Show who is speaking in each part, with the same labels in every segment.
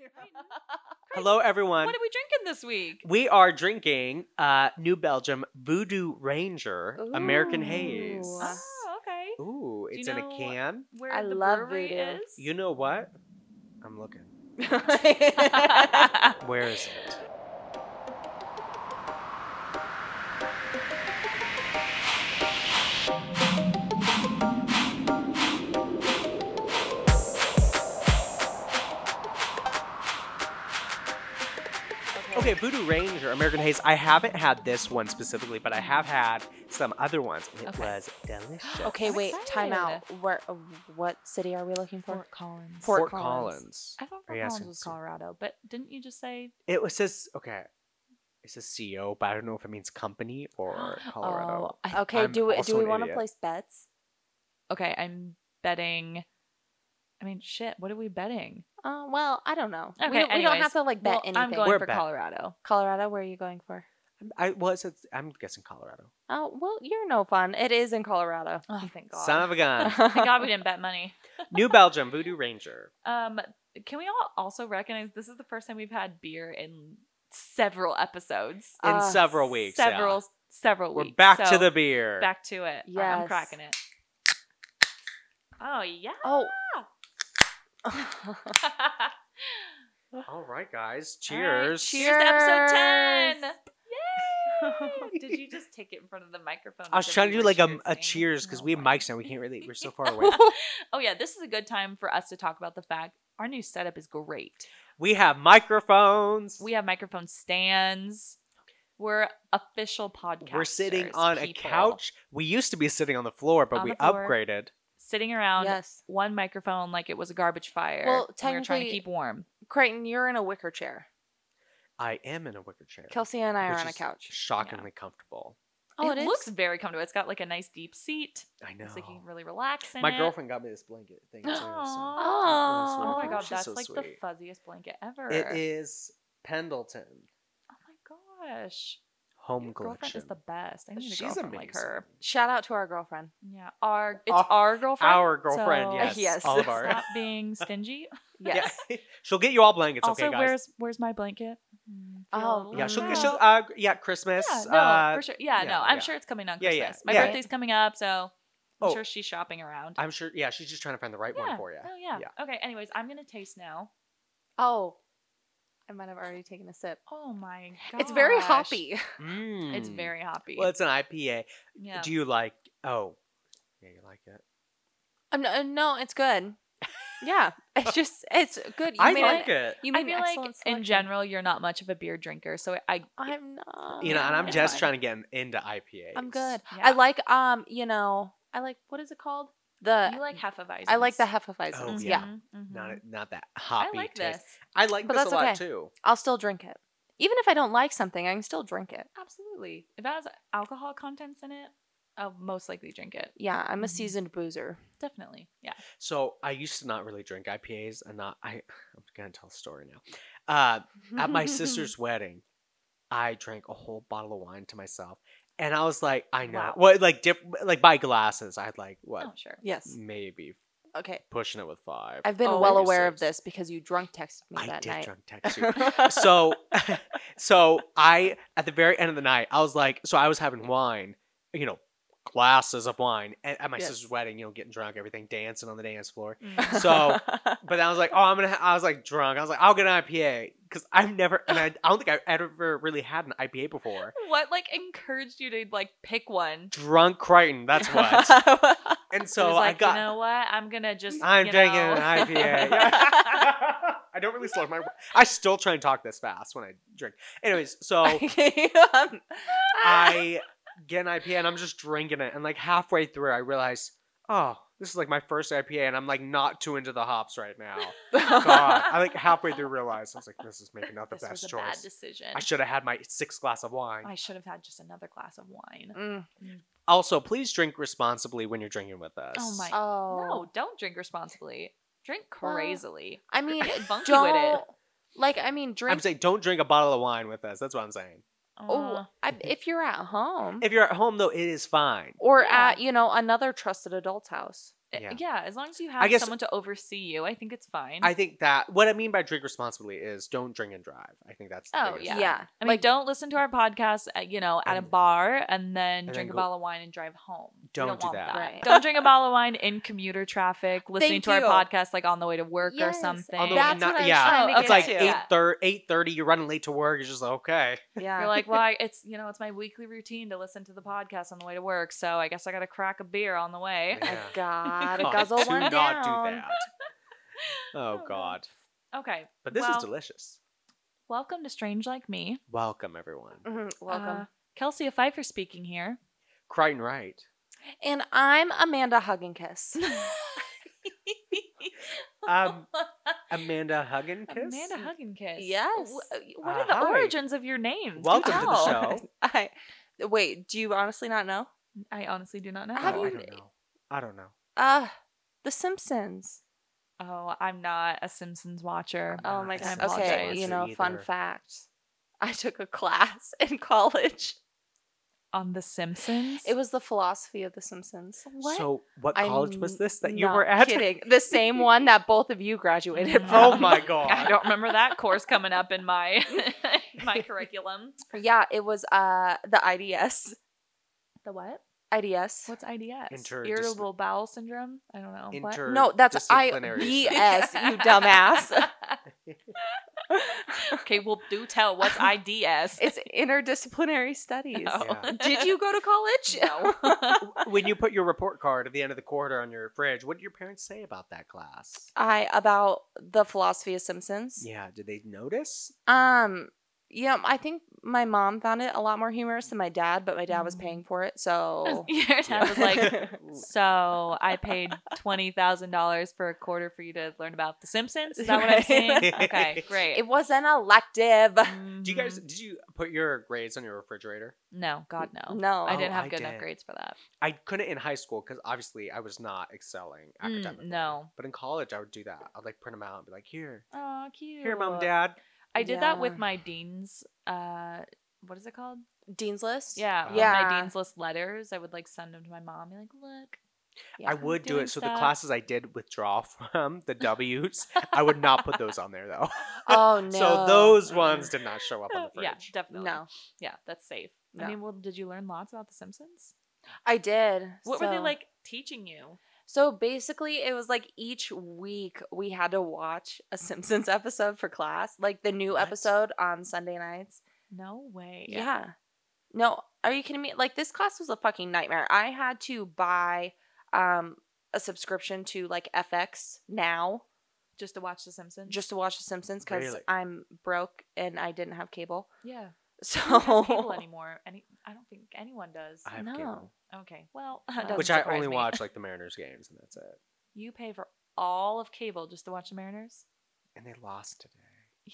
Speaker 1: Hello, everyone.
Speaker 2: What are we drinking this week?
Speaker 1: we are drinking uh, New Belgium Voodoo Ranger American
Speaker 3: Ooh. Ah.
Speaker 1: Haze.
Speaker 3: Us.
Speaker 2: Oh, okay.
Speaker 1: Ooh,
Speaker 2: Do
Speaker 1: it's
Speaker 2: you
Speaker 1: in
Speaker 2: know
Speaker 1: a can.
Speaker 2: Where
Speaker 3: I
Speaker 2: the
Speaker 3: love
Speaker 2: brewery
Speaker 3: voodoo.
Speaker 2: is?
Speaker 1: You know what? I'm looking.
Speaker 3: Hello.
Speaker 1: Where is it? Okay, Voodoo Ranger, American Haze. I haven't had this one specifically, but I have had some other ones, and it
Speaker 3: Okay.
Speaker 1: was delicious.
Speaker 3: Okay,
Speaker 2: I'm
Speaker 3: wait, time out.
Speaker 2: excited.
Speaker 3: Where, uh, what city are we looking for?
Speaker 2: Fort Collins.
Speaker 3: Fort
Speaker 1: Fort
Speaker 3: Collins.
Speaker 1: Collins.
Speaker 2: I thought
Speaker 1: Are
Speaker 2: Fort
Speaker 1: you
Speaker 2: Collins
Speaker 1: asking
Speaker 2: was
Speaker 1: to-
Speaker 2: Colorado, but didn't you just say?
Speaker 1: It was says okay. It says CEO, but I don't know if it means company or Colorado.
Speaker 2: Oh, I-
Speaker 3: Okay,
Speaker 1: I'm
Speaker 3: do we,
Speaker 1: also
Speaker 3: do we
Speaker 1: an
Speaker 3: want to
Speaker 1: idiot.
Speaker 3: place bets?
Speaker 2: okay, I'm betting. I mean, shit. What are we betting?
Speaker 3: Uh, well, I don't know.
Speaker 2: Okay,
Speaker 3: we, we don't
Speaker 2: anyways.
Speaker 3: have to like bet
Speaker 2: Well,
Speaker 3: anything.
Speaker 2: I'm going
Speaker 1: We're
Speaker 2: for
Speaker 1: bet-
Speaker 2: Colorado.
Speaker 3: Colorado, where are you going for?
Speaker 1: I well, it says, I'm guessing Colorado.
Speaker 3: Oh, well, you're no fun. It is in Colorado.
Speaker 2: Oh, thank God.
Speaker 1: Son of a gun.
Speaker 2: thank God we didn't bet money.
Speaker 1: New Belgium Voodoo Ranger.
Speaker 2: Um, can we all also recognize this is the first time we've had beer in several episodes,
Speaker 1: In
Speaker 3: Uh,
Speaker 1: several weeks. yeah.
Speaker 2: several, several
Speaker 1: We're
Speaker 2: weeks.
Speaker 1: back
Speaker 2: So,
Speaker 1: to the beer.
Speaker 2: back to it. All right, I'm
Speaker 3: Yes.
Speaker 2: cracking it. Oh yeah.
Speaker 3: Oh.
Speaker 1: All right, guys.
Speaker 2: All right,
Speaker 1: Cheers.
Speaker 2: cheers to episode
Speaker 3: Cheers.
Speaker 2: 10. Yay! Oh, Did you just take it in front of the microphone?
Speaker 1: I was
Speaker 2: as if
Speaker 1: trying
Speaker 2: we
Speaker 1: to do
Speaker 2: were
Speaker 1: like a, a
Speaker 2: cheersing?
Speaker 1: cheers because
Speaker 2: Oh
Speaker 1: we have
Speaker 2: my-
Speaker 1: mics now. We can't really. We're so far away.
Speaker 2: oh, yeah. This is a good time for us to talk about the fact our new setup is great.
Speaker 1: we have microphones.
Speaker 2: We have microphone stands. We're official podcast.
Speaker 1: We're sitting on a couch. We used to be sitting on the floor, but
Speaker 2: On
Speaker 1: we
Speaker 2: the floor.
Speaker 1: upgraded.
Speaker 2: sitting around
Speaker 3: yes.
Speaker 2: one microphone like it was a garbage fire.
Speaker 3: Well,
Speaker 2: we were trying to
Speaker 3: technically-
Speaker 2: keep warm.
Speaker 3: Creighton, you're in a wicker chair.
Speaker 1: I am in a wicker chair.
Speaker 3: Kelsey and I are
Speaker 1: which
Speaker 3: on a
Speaker 1: is
Speaker 3: couch.
Speaker 1: Shockingly comfortable.
Speaker 2: Oh, it, looks very comfortable. It's got like a nice deep seat.
Speaker 1: I know.
Speaker 2: It's like you can really relax in
Speaker 1: My
Speaker 2: it.
Speaker 1: girlfriend got me this blanket thing too. so-
Speaker 2: Aw.
Speaker 3: Oh,
Speaker 2: Oh my god,
Speaker 1: She's
Speaker 2: that's
Speaker 1: so
Speaker 2: like
Speaker 1: sweet.
Speaker 2: the fuzziest blanket ever.
Speaker 1: It is Pendleton
Speaker 2: Oh my gosh.
Speaker 1: Home
Speaker 2: Your girlfriend
Speaker 1: Collection.
Speaker 2: is the best. I need a
Speaker 1: She's
Speaker 2: girlfriend like
Speaker 1: amazing.
Speaker 2: her.
Speaker 3: Shout out to our girlfriend.
Speaker 2: Yeah, our it's
Speaker 1: Our-
Speaker 2: our girlfriend.
Speaker 1: Our girlfriend,
Speaker 2: so-
Speaker 1: yes,
Speaker 3: Yes.
Speaker 1: all of
Speaker 2: Stop
Speaker 1: our.
Speaker 2: being stingy.
Speaker 3: Yes.
Speaker 1: Yeah. she'll get you all blankets.
Speaker 2: also,
Speaker 1: okay, guys.
Speaker 2: where's where's my blanket? Mm, feel a
Speaker 3: Oh,
Speaker 2: little
Speaker 1: yeah, she'll
Speaker 2: bad.
Speaker 1: get. She'll, uh, yeah, Christmas.
Speaker 2: Yeah, no,
Speaker 1: uh,
Speaker 2: for sure. Yeah,
Speaker 1: yeah,
Speaker 2: no, I'm
Speaker 1: yeah.
Speaker 2: sure it's coming on
Speaker 1: Yeah,
Speaker 2: Christmas.
Speaker 1: yeah,
Speaker 2: My
Speaker 3: yeah.
Speaker 2: birthday's coming up, so I'm
Speaker 1: Oh.
Speaker 2: sure she's shopping around.
Speaker 1: I'm sure. Yeah, she's just trying to find the right
Speaker 2: yeah.
Speaker 1: one for you.
Speaker 2: Oh yeah. Okay. Anyways, I'm gonna taste now.
Speaker 3: Oh, I might have already taken a sip.
Speaker 2: Oh my god.
Speaker 3: It's very hoppy.
Speaker 1: Mm.
Speaker 2: It's very hoppy.
Speaker 1: Well, it's an IPA.
Speaker 2: yeah.
Speaker 1: Do you like? Oh, yeah, you like it.
Speaker 3: Um, no, no, it's good. Yeah, it's just it's good. You
Speaker 1: I
Speaker 3: made
Speaker 1: like
Speaker 3: an-
Speaker 1: it.
Speaker 3: You
Speaker 2: I
Speaker 3: made
Speaker 2: feel
Speaker 3: an
Speaker 2: like
Speaker 3: excellent
Speaker 2: in
Speaker 3: selection.
Speaker 2: general you're not much of a beer drinker, so I
Speaker 3: I'm not.
Speaker 1: You know, and I'm
Speaker 2: Oh, It's
Speaker 1: just
Speaker 2: fine.
Speaker 1: trying to get into IPA.
Speaker 3: I'm good.
Speaker 2: Yeah.
Speaker 3: I like um, you know, I like what is it called? The
Speaker 2: you like Hefeweizens.
Speaker 3: I like the Hefeweizens.
Speaker 1: Oh,
Speaker 3: yeah.
Speaker 2: Mhm, mhm.
Speaker 1: Not not that
Speaker 2: I
Speaker 1: hoppy
Speaker 2: like
Speaker 1: taste.
Speaker 2: this.
Speaker 1: I like
Speaker 3: But
Speaker 1: this
Speaker 3: that's
Speaker 1: a lot
Speaker 3: okay.
Speaker 1: too.
Speaker 3: I'll still drink it. Even if I don't like something, I can still drink it.
Speaker 2: Absolutely. If it has alcohol contents in it, I'll most likely drink it.
Speaker 3: Yeah, I'm a
Speaker 2: Mhm.
Speaker 3: seasoned boozer.
Speaker 2: Definitely. Yeah.
Speaker 1: So I used to not really drink IPAs, and not I. I'm gonna tell a story now. Uh, at my sister's wedding, I drank a whole bottle of wine to myself, and I was like, I know,
Speaker 2: Wow.
Speaker 1: what like diff- like by glasses, I had like what
Speaker 2: Oh, sure.
Speaker 3: Yes.
Speaker 1: maybe
Speaker 3: Okay.
Speaker 1: pushing it with five.
Speaker 3: I've been
Speaker 2: Oh,
Speaker 3: well
Speaker 1: maybe
Speaker 3: aware of
Speaker 1: six.
Speaker 3: this because you drunk texted me
Speaker 1: I
Speaker 3: that
Speaker 1: did
Speaker 3: night.
Speaker 1: drunk text you. so so I at the very end of the night, I was like, so I was having wine, you know, glasses of wine at, at my
Speaker 3: Yes.
Speaker 1: sister's wedding, you know, getting drunk, everything, dancing on the dance floor.
Speaker 3: Mm.
Speaker 1: So- But then I was like, oh, I'm gonna. ha- I was like drunk. I was like, I'll get an IPA because I've never, and I, I don't think I've ever really had an IPA before.
Speaker 2: what like encouraged you to like pick one?
Speaker 1: Drunk Crichton, that's what. And
Speaker 2: It
Speaker 1: so
Speaker 2: was
Speaker 1: I
Speaker 2: like,
Speaker 1: got.
Speaker 2: you know what? I'm gonna just
Speaker 1: I'm
Speaker 2: you
Speaker 1: drinking
Speaker 2: know.
Speaker 1: an IPA. I don't really slow my. I still try and talk this fast when I drink. Anyways, so
Speaker 3: um,
Speaker 1: I get an IPA and I'm just drinking it, and like halfway through, I realize, oh, this is like my first IPA, and I'm like not too into the hops right now. God, I like halfway through realized I was like, this is maybe not the
Speaker 2: this
Speaker 1: best
Speaker 2: was a
Speaker 1: choice.
Speaker 2: bad decision.
Speaker 1: I should have had my sixth glass of wine.
Speaker 2: I should have had just another glass of wine.
Speaker 3: Mm.
Speaker 1: Also, please drink responsibly when you're drinking with us.
Speaker 2: Oh my-
Speaker 3: Oh.
Speaker 2: No, don't drink responsibly. Drink
Speaker 3: Well,
Speaker 2: crazily.
Speaker 3: I mean,
Speaker 2: Get funky with it.
Speaker 3: don't. Like, I mean, drink.
Speaker 1: I'm saying don't drink a bottle of wine with us. That's what I'm saying.
Speaker 2: Uh,
Speaker 3: oh, I, if you're at home
Speaker 1: If you're at home though, it is fine.
Speaker 3: or
Speaker 2: Yeah.
Speaker 3: at you know another trusted adult's house,
Speaker 2: Uh,
Speaker 1: Yeah.
Speaker 2: yeah, as long as you have
Speaker 1: I guess-
Speaker 2: someone to oversee you, I think it's fine.
Speaker 1: I think that what I mean by drink responsibly is don't drink and drive. I think that's the
Speaker 2: Oh,
Speaker 1: biggest
Speaker 2: Yeah.
Speaker 1: thing.
Speaker 2: I mean, don't listen to our podcast, at, you know, at a
Speaker 1: And-
Speaker 2: bar and then
Speaker 1: then
Speaker 2: drink a
Speaker 1: go-
Speaker 2: bottle of wine and drive home. We
Speaker 1: Don't do
Speaker 2: want
Speaker 1: that.
Speaker 3: Right.
Speaker 2: Don't drink a bottle of wine in commuter traffic, listening
Speaker 3: Thank
Speaker 2: to our
Speaker 3: you.
Speaker 2: podcast like on the way to work
Speaker 3: Yes,
Speaker 2: or
Speaker 3: on
Speaker 2: something. Oh,
Speaker 1: On the way-
Speaker 3: That's
Speaker 1: not-
Speaker 3: what I was
Speaker 1: yeah,
Speaker 3: trying to
Speaker 1: it's
Speaker 3: get
Speaker 1: like
Speaker 3: to.
Speaker 1: eight thir- eight thirty. You're running late to work. You're just like, okay,
Speaker 3: yeah.
Speaker 2: You're like, well, I, it's you know, it's my weekly routine to listen to the podcast on the way to work, so I guess I got to crack a beer on the way.
Speaker 1: Yeah.
Speaker 3: I gotta
Speaker 1: God,
Speaker 3: guzzle
Speaker 1: do
Speaker 3: one
Speaker 1: not
Speaker 3: down.
Speaker 1: do that. Oh
Speaker 2: Oh,
Speaker 1: God!
Speaker 2: Okay,
Speaker 1: But this
Speaker 2: Well-
Speaker 1: is delicious.
Speaker 2: welcome to Strange Like Me.
Speaker 1: Welcome everyone.
Speaker 3: Mhm, Welcome.
Speaker 2: Uh, Kelsey Pfeiffer speaking here.
Speaker 1: Crichton Wright.
Speaker 3: and I'm Amanda Hug and Kiss.
Speaker 1: Um, Amanda Hugginkiss.
Speaker 2: Amanda Hugginkiss.
Speaker 3: Yes.
Speaker 2: W- what are the
Speaker 1: Uh, hi.
Speaker 2: origins of your names? Do
Speaker 1: Welcome to the
Speaker 2: tell.
Speaker 1: show.
Speaker 3: I, wait, do you honestly not know?
Speaker 2: I honestly do not know.
Speaker 1: Oh,
Speaker 3: How do
Speaker 1: I
Speaker 3: you-
Speaker 1: don't know. I don't know.
Speaker 3: Uh, The Simpsons.
Speaker 2: Oh, I'm not a Simpsons watcher.
Speaker 1: I'm
Speaker 3: Oh
Speaker 1: not
Speaker 3: my
Speaker 1: the
Speaker 3: god.
Speaker 2: Simpsons
Speaker 3: Okay,
Speaker 2: watcher
Speaker 3: you know, fun
Speaker 1: either.
Speaker 3: fact. I took a class in college.
Speaker 2: On The Simpsons?
Speaker 3: It was the philosophy of The Simpsons.
Speaker 1: So, what
Speaker 3: I'm
Speaker 1: college was this that you
Speaker 3: not
Speaker 1: were at?
Speaker 3: Kidding. The same one that both of you graduated
Speaker 1: Oh
Speaker 3: from.
Speaker 1: my God!
Speaker 2: I don't remember that course coming up in my my curriculum.
Speaker 3: Yeah, it was uh the IDS.
Speaker 2: The what?
Speaker 3: IDS.
Speaker 2: What's IDS?
Speaker 1: Interdis-
Speaker 2: Irritable bowel syndrome? I don't know. what?
Speaker 1: Inter-
Speaker 3: No, that's I
Speaker 1: disciplinary
Speaker 3: B
Speaker 1: studies.
Speaker 3: S, you dumbass.
Speaker 2: okay, well, do tell. What's IDS?
Speaker 3: it's interdisciplinary studies.
Speaker 2: No.
Speaker 1: Yeah.
Speaker 3: Did you go to college?
Speaker 2: No.
Speaker 1: when you put your report card at the end of the quarter on your fridge, what did your parents say about that class?
Speaker 3: I about the philosophy of Simpsons.
Speaker 1: Yeah, did they notice?
Speaker 3: Um, yeah, I think my mom found it a lot more humorous than my dad, but my dad was
Speaker 2: Mhm.
Speaker 3: paying for it, so
Speaker 2: Your dad
Speaker 1: Yeah.
Speaker 2: was like, so I paid twenty thousand dollars for a quarter for you to learn about The Simpsons. Is that what I'm
Speaker 3: Right.
Speaker 2: saying? Okay, great.
Speaker 3: it was an elective.
Speaker 1: Do you guys
Speaker 2: Mhm.
Speaker 1: did you put your grades on your refrigerator?
Speaker 2: Mm, No, God no.
Speaker 3: No,
Speaker 2: I
Speaker 1: Oh,
Speaker 2: didn't have
Speaker 1: I
Speaker 2: good enough
Speaker 1: did.
Speaker 2: grades for that.
Speaker 1: I couldn't in high school because obviously I was not excelling
Speaker 2: Mm,
Speaker 1: academically.
Speaker 2: no.
Speaker 1: but in college I would do that. I'd like print them out and be like, here,
Speaker 2: Oh, cute.
Speaker 1: here, mom, dad.
Speaker 2: I did that with
Speaker 3: Yeah.
Speaker 2: my dean's. Uh, what is it called?
Speaker 3: Dean's List.
Speaker 2: Yeah,
Speaker 1: Wow.
Speaker 2: with My
Speaker 3: Yeah.
Speaker 2: dean's list letters. I would like send them to my mom. Be like, look.
Speaker 3: Yeah.
Speaker 1: I would do
Speaker 2: doing
Speaker 1: it. So the
Speaker 2: stuff.
Speaker 1: classes I did withdraw from the W's, I would not put those on there though.
Speaker 3: Oh no.
Speaker 1: So those ones did not show up on the
Speaker 2: yeah,
Speaker 1: fridge.
Speaker 2: definitely.
Speaker 3: No,
Speaker 2: Yeah, that's safe.
Speaker 3: No.
Speaker 2: I mean, well, did you learn lots about The Simpsons?
Speaker 3: I did.
Speaker 2: What were they
Speaker 3: so-
Speaker 2: like teaching you?
Speaker 3: So basically, it was like each week we had to watch a Simpsons episode for class, like the new
Speaker 1: What?
Speaker 3: episode on Sunday nights.
Speaker 2: No way.
Speaker 3: Yeah. No, are you kidding me? Like this class was a fucking nightmare. I had to buy um a subscription to like FX now
Speaker 2: Just to watch The Simpsons.
Speaker 3: just to watch The Simpsons because
Speaker 1: Really?
Speaker 3: I'm broke and I didn't have cable.
Speaker 2: yeah.
Speaker 3: So oh,
Speaker 2: Who has cable anymore? Any? I don't think anyone does.
Speaker 1: I have
Speaker 3: No.
Speaker 1: cable,
Speaker 2: Okay. Well,
Speaker 3: Wow.
Speaker 2: doesn't
Speaker 1: which I
Speaker 2: surprise
Speaker 1: only
Speaker 2: me.
Speaker 1: watch like the Mariners games, and that's it.
Speaker 2: You pay for all of cable just to watch the Mariners?
Speaker 1: And they lost today.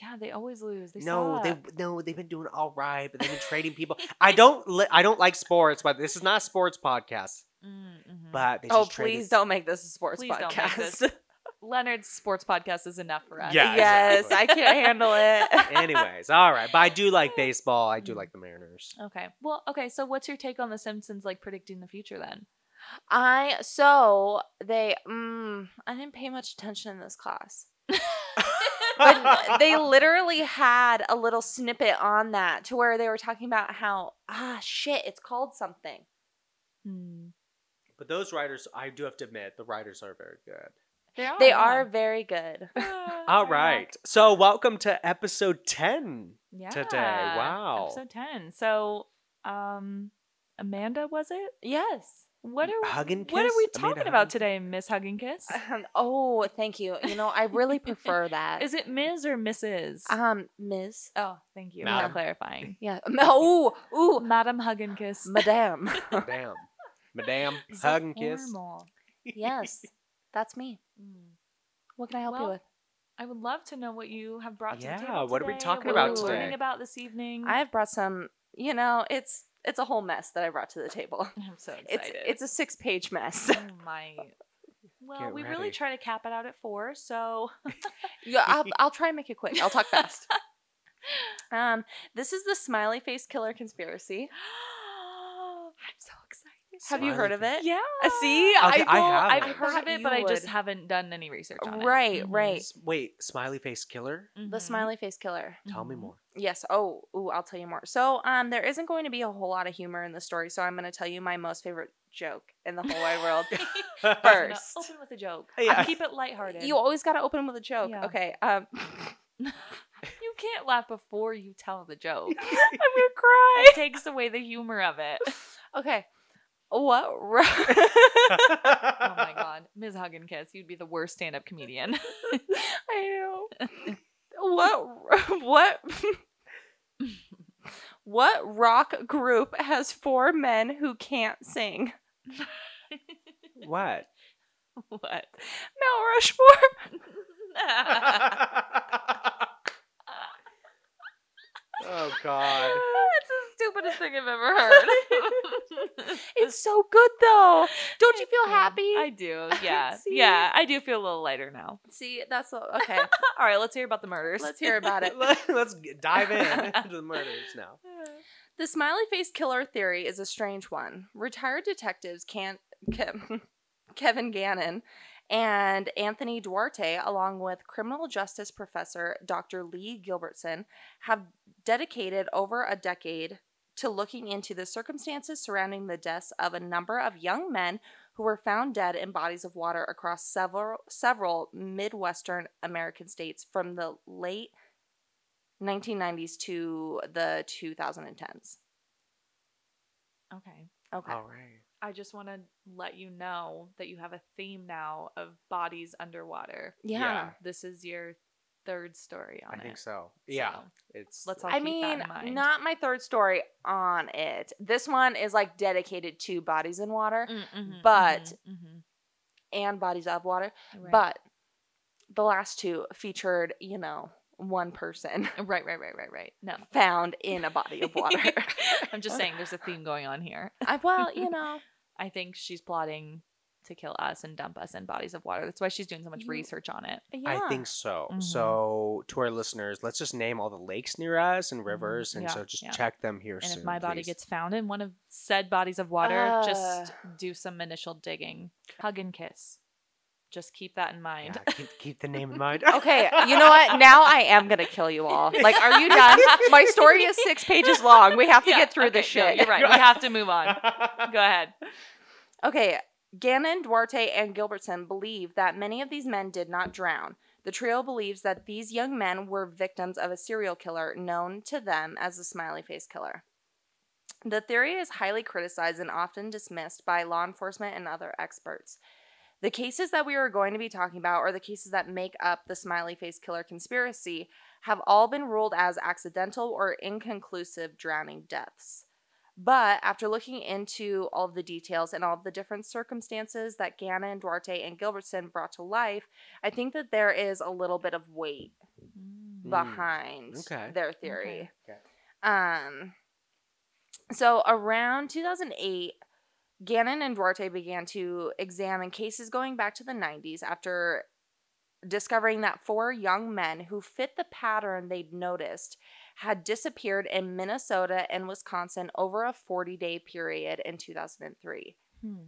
Speaker 2: Yeah, they always lose. They
Speaker 1: no,
Speaker 2: suck.
Speaker 1: they no, they've been doing all right, but they've been trading people. I don't li- I don't like sports, but this is not a sports podcast.
Speaker 2: Mm, mhm.
Speaker 1: But they
Speaker 3: oh,
Speaker 1: just traded-
Speaker 3: please don't make this a sports
Speaker 2: Please don't make
Speaker 3: podcast.
Speaker 2: this Leonard's sports podcast is enough for us.
Speaker 1: Yeah,
Speaker 3: yes,
Speaker 1: exactly.
Speaker 3: I can't handle it.
Speaker 1: Anyways, all right, but I do like baseball. I do
Speaker 2: Mm.
Speaker 1: like the Mariners.
Speaker 2: Okay. Well, okay. So, what's your take on The Simpsons like predicting the future then?
Speaker 3: I so they mm, I didn't pay much attention in this class. But they literally had a little snippet on that to where they were talking about how ah shit, it's called something.
Speaker 2: Hmm.
Speaker 1: But those writers, I do have to admit, the writers are very good.
Speaker 2: They are.
Speaker 3: They are very good.
Speaker 2: Oh,
Speaker 1: All right, so welcome to episode ten.
Speaker 2: Yeah.
Speaker 1: Today. Wow.
Speaker 2: Episode 10. So, um, Amanda, was it?
Speaker 3: Yes.
Speaker 2: What are
Speaker 1: Hug and
Speaker 2: What are we
Speaker 1: kiss? Amanda
Speaker 2: talking
Speaker 1: hug
Speaker 2: about
Speaker 1: and-
Speaker 2: today, Miss Hug and Kiss?
Speaker 3: Um, oh, thank you. You know, I really prefer that.
Speaker 2: Is it Ms. or Mrs.?
Speaker 3: um Ms.
Speaker 2: oh, thank you
Speaker 1: Madam.
Speaker 2: for clarifying.
Speaker 3: Yeah. Um, Ooh, ooh,
Speaker 2: Madam Hug and Kiss.
Speaker 3: Madame.
Speaker 1: Madame, Madame,
Speaker 2: Is it
Speaker 1: hug and kiss.
Speaker 2: formal?
Speaker 3: yes. That's me.
Speaker 2: Mm.
Speaker 3: What can I help you
Speaker 2: Well,
Speaker 3: with?
Speaker 2: I would love to know what you have brought to the
Speaker 1: Yeah,
Speaker 2: table.
Speaker 1: what are we
Speaker 2: today,
Speaker 1: talking
Speaker 2: what we're
Speaker 3: about
Speaker 2: learning
Speaker 1: today?
Speaker 2: about this evening.
Speaker 3: I have brought some, you know, it's it's a whole mess that I brought to the table.
Speaker 2: I'm so excited.
Speaker 3: It's it's a six page mess.
Speaker 2: oh my. Well,
Speaker 1: Get
Speaker 2: we
Speaker 1: ready.
Speaker 2: really try to cap it out at four, so
Speaker 3: yeah, I'll, I'll try and make it quick. I'll talk fast. um, this is the smiley face killer conspiracy.
Speaker 2: I'm so excited.
Speaker 3: Have you heard of it?
Speaker 2: Yeah.
Speaker 3: See,
Speaker 2: Uh, I,
Speaker 1: Okay, I
Speaker 2: have
Speaker 1: haven't.
Speaker 2: I've
Speaker 1: I
Speaker 2: heard of
Speaker 3: thought
Speaker 2: it, but
Speaker 3: you
Speaker 2: I just
Speaker 3: would.
Speaker 2: haven't done any research on it.
Speaker 3: Right,
Speaker 2: Mhm.
Speaker 3: right.
Speaker 1: S- Wait, smiley face killer?
Speaker 3: The
Speaker 2: Mhm.
Speaker 3: smiley face killer.
Speaker 1: Tell me
Speaker 2: Mhm.
Speaker 1: more.
Speaker 3: Yes. Oh, ooh, I'll tell you more. So, um, there isn't going to be a whole lot of humor in the story, so I'm going to tell you my most favorite joke in the whole wide world.
Speaker 2: Listen,
Speaker 3: Burr.
Speaker 2: uh,
Speaker 3: first.
Speaker 2: Open with a joke.
Speaker 1: Yeah.
Speaker 2: Keep it lighthearted.
Speaker 3: You always got to open with a joke.
Speaker 2: Yeah.
Speaker 3: Okay. Um,
Speaker 2: You can't laugh before you tell the joke.
Speaker 3: I'm gonna cry.
Speaker 2: It takes away the humor of it.
Speaker 3: Okay. What? Ro-
Speaker 2: Oh my god, Ms. Hug and Kiss, you'd be the worst stand-up comedian.
Speaker 3: I know. what? ro- What? what rock group has four men who can't sing?
Speaker 1: What?
Speaker 2: what?
Speaker 3: Mount Rushmore.
Speaker 1: oh god.
Speaker 2: That's the stupidest thing I've ever heard.
Speaker 3: It's so good though. Don't you feel
Speaker 2: Yeah,
Speaker 3: happy?
Speaker 2: I do. Yeah.
Speaker 3: See?
Speaker 2: yeah, I do feel a little lighter now.
Speaker 3: see. That's a- okay.
Speaker 2: All right, let's hear about the murders.
Speaker 3: Let's hear about it.
Speaker 1: Let's g- dive in to the murders now.
Speaker 3: The smiley face killer theory is a strange one. Retired detectives can Ke- Kevin Gannon and Anthony Duarte, along with criminal justice professor Dr. Lee Gilbertson, have dedicated over a decade to looking into the circumstances surrounding the deaths of a number of young men who were found dead in bodies of water across several several Midwestern American states from the late 1990s to the 2010s.
Speaker 2: okay.
Speaker 3: Okay.
Speaker 1: All right.
Speaker 2: I just want to let you know that you have a theme now of bodies underwater.
Speaker 3: Yeah.
Speaker 2: This is your third story on
Speaker 1: I
Speaker 2: it.
Speaker 1: think so. Yeah.
Speaker 2: So,
Speaker 1: It's
Speaker 2: let's all
Speaker 3: I
Speaker 2: keep that
Speaker 3: mean,
Speaker 2: in mind.
Speaker 3: not my third story on it. This one is like dedicated to bodies in water
Speaker 2: Mm, mhm,
Speaker 3: but-
Speaker 2: mhm, mhm.
Speaker 3: and bodies of water,
Speaker 2: Right.
Speaker 3: but the last two featured, you know, one person
Speaker 2: right, right, right, right, right. No,
Speaker 3: found in a body of water.
Speaker 2: I'm just saying, there's a theme going on here.
Speaker 3: I, well, you know,
Speaker 2: I think she's plotting to kill us and dump us in bodies of water. That's why she's doing so much
Speaker 3: You-
Speaker 2: research on it.
Speaker 3: yeah.
Speaker 1: I think so.
Speaker 2: Mhm.
Speaker 1: So to our listeners, let's just name all the lakes near us and rivers, and
Speaker 2: Mm-hmm. Yeah,
Speaker 1: so just
Speaker 2: yeah.
Speaker 1: check them here
Speaker 2: And
Speaker 1: soon.
Speaker 2: if my body
Speaker 1: please.
Speaker 2: gets found in one of said bodies of water, just do some initial digging. Hug and kiss. Just keep that in
Speaker 1: Yeah,
Speaker 2: mind. Oh,
Speaker 1: keep, keep the name in mind.
Speaker 3: Okay, you know what? Now I am gonna kill you all. Like, are you done? My story is six pages long. We have to
Speaker 2: Yeah,
Speaker 3: get through this
Speaker 2: okay, no,
Speaker 3: shit.
Speaker 2: you're right. We have to move on. Go ahead.
Speaker 3: Okay, Gannon, Duarte, and Gilbertson believe that many of these men did not drown. The trio believes that these young men were victims of a serial killer known to them as the smiley face killer. The theory is highly criticized and often dismissed by law enforcement and other experts. The cases that we are going to be talking about, or the cases that make up the smiley face killer conspiracy, have all been ruled as accidental or inconclusive drowning deaths. But after looking into all of the details and all of the different circumstances that Gannon, Duarte, and Gilbertson brought to life, I think that there is a little bit of weight
Speaker 2: Mm-hmm.
Speaker 1: Mm,
Speaker 3: behind
Speaker 1: okay.
Speaker 3: their theory.
Speaker 1: Okay.
Speaker 3: Um, so around 2008, Gannon and Duarte began to examine cases going back to the 90s after discovering that four young men who fit the pattern they'd noticed had disappeared in Minnesota and Wisconsin over a 40 day period in 2003.
Speaker 2: Mm-hmm.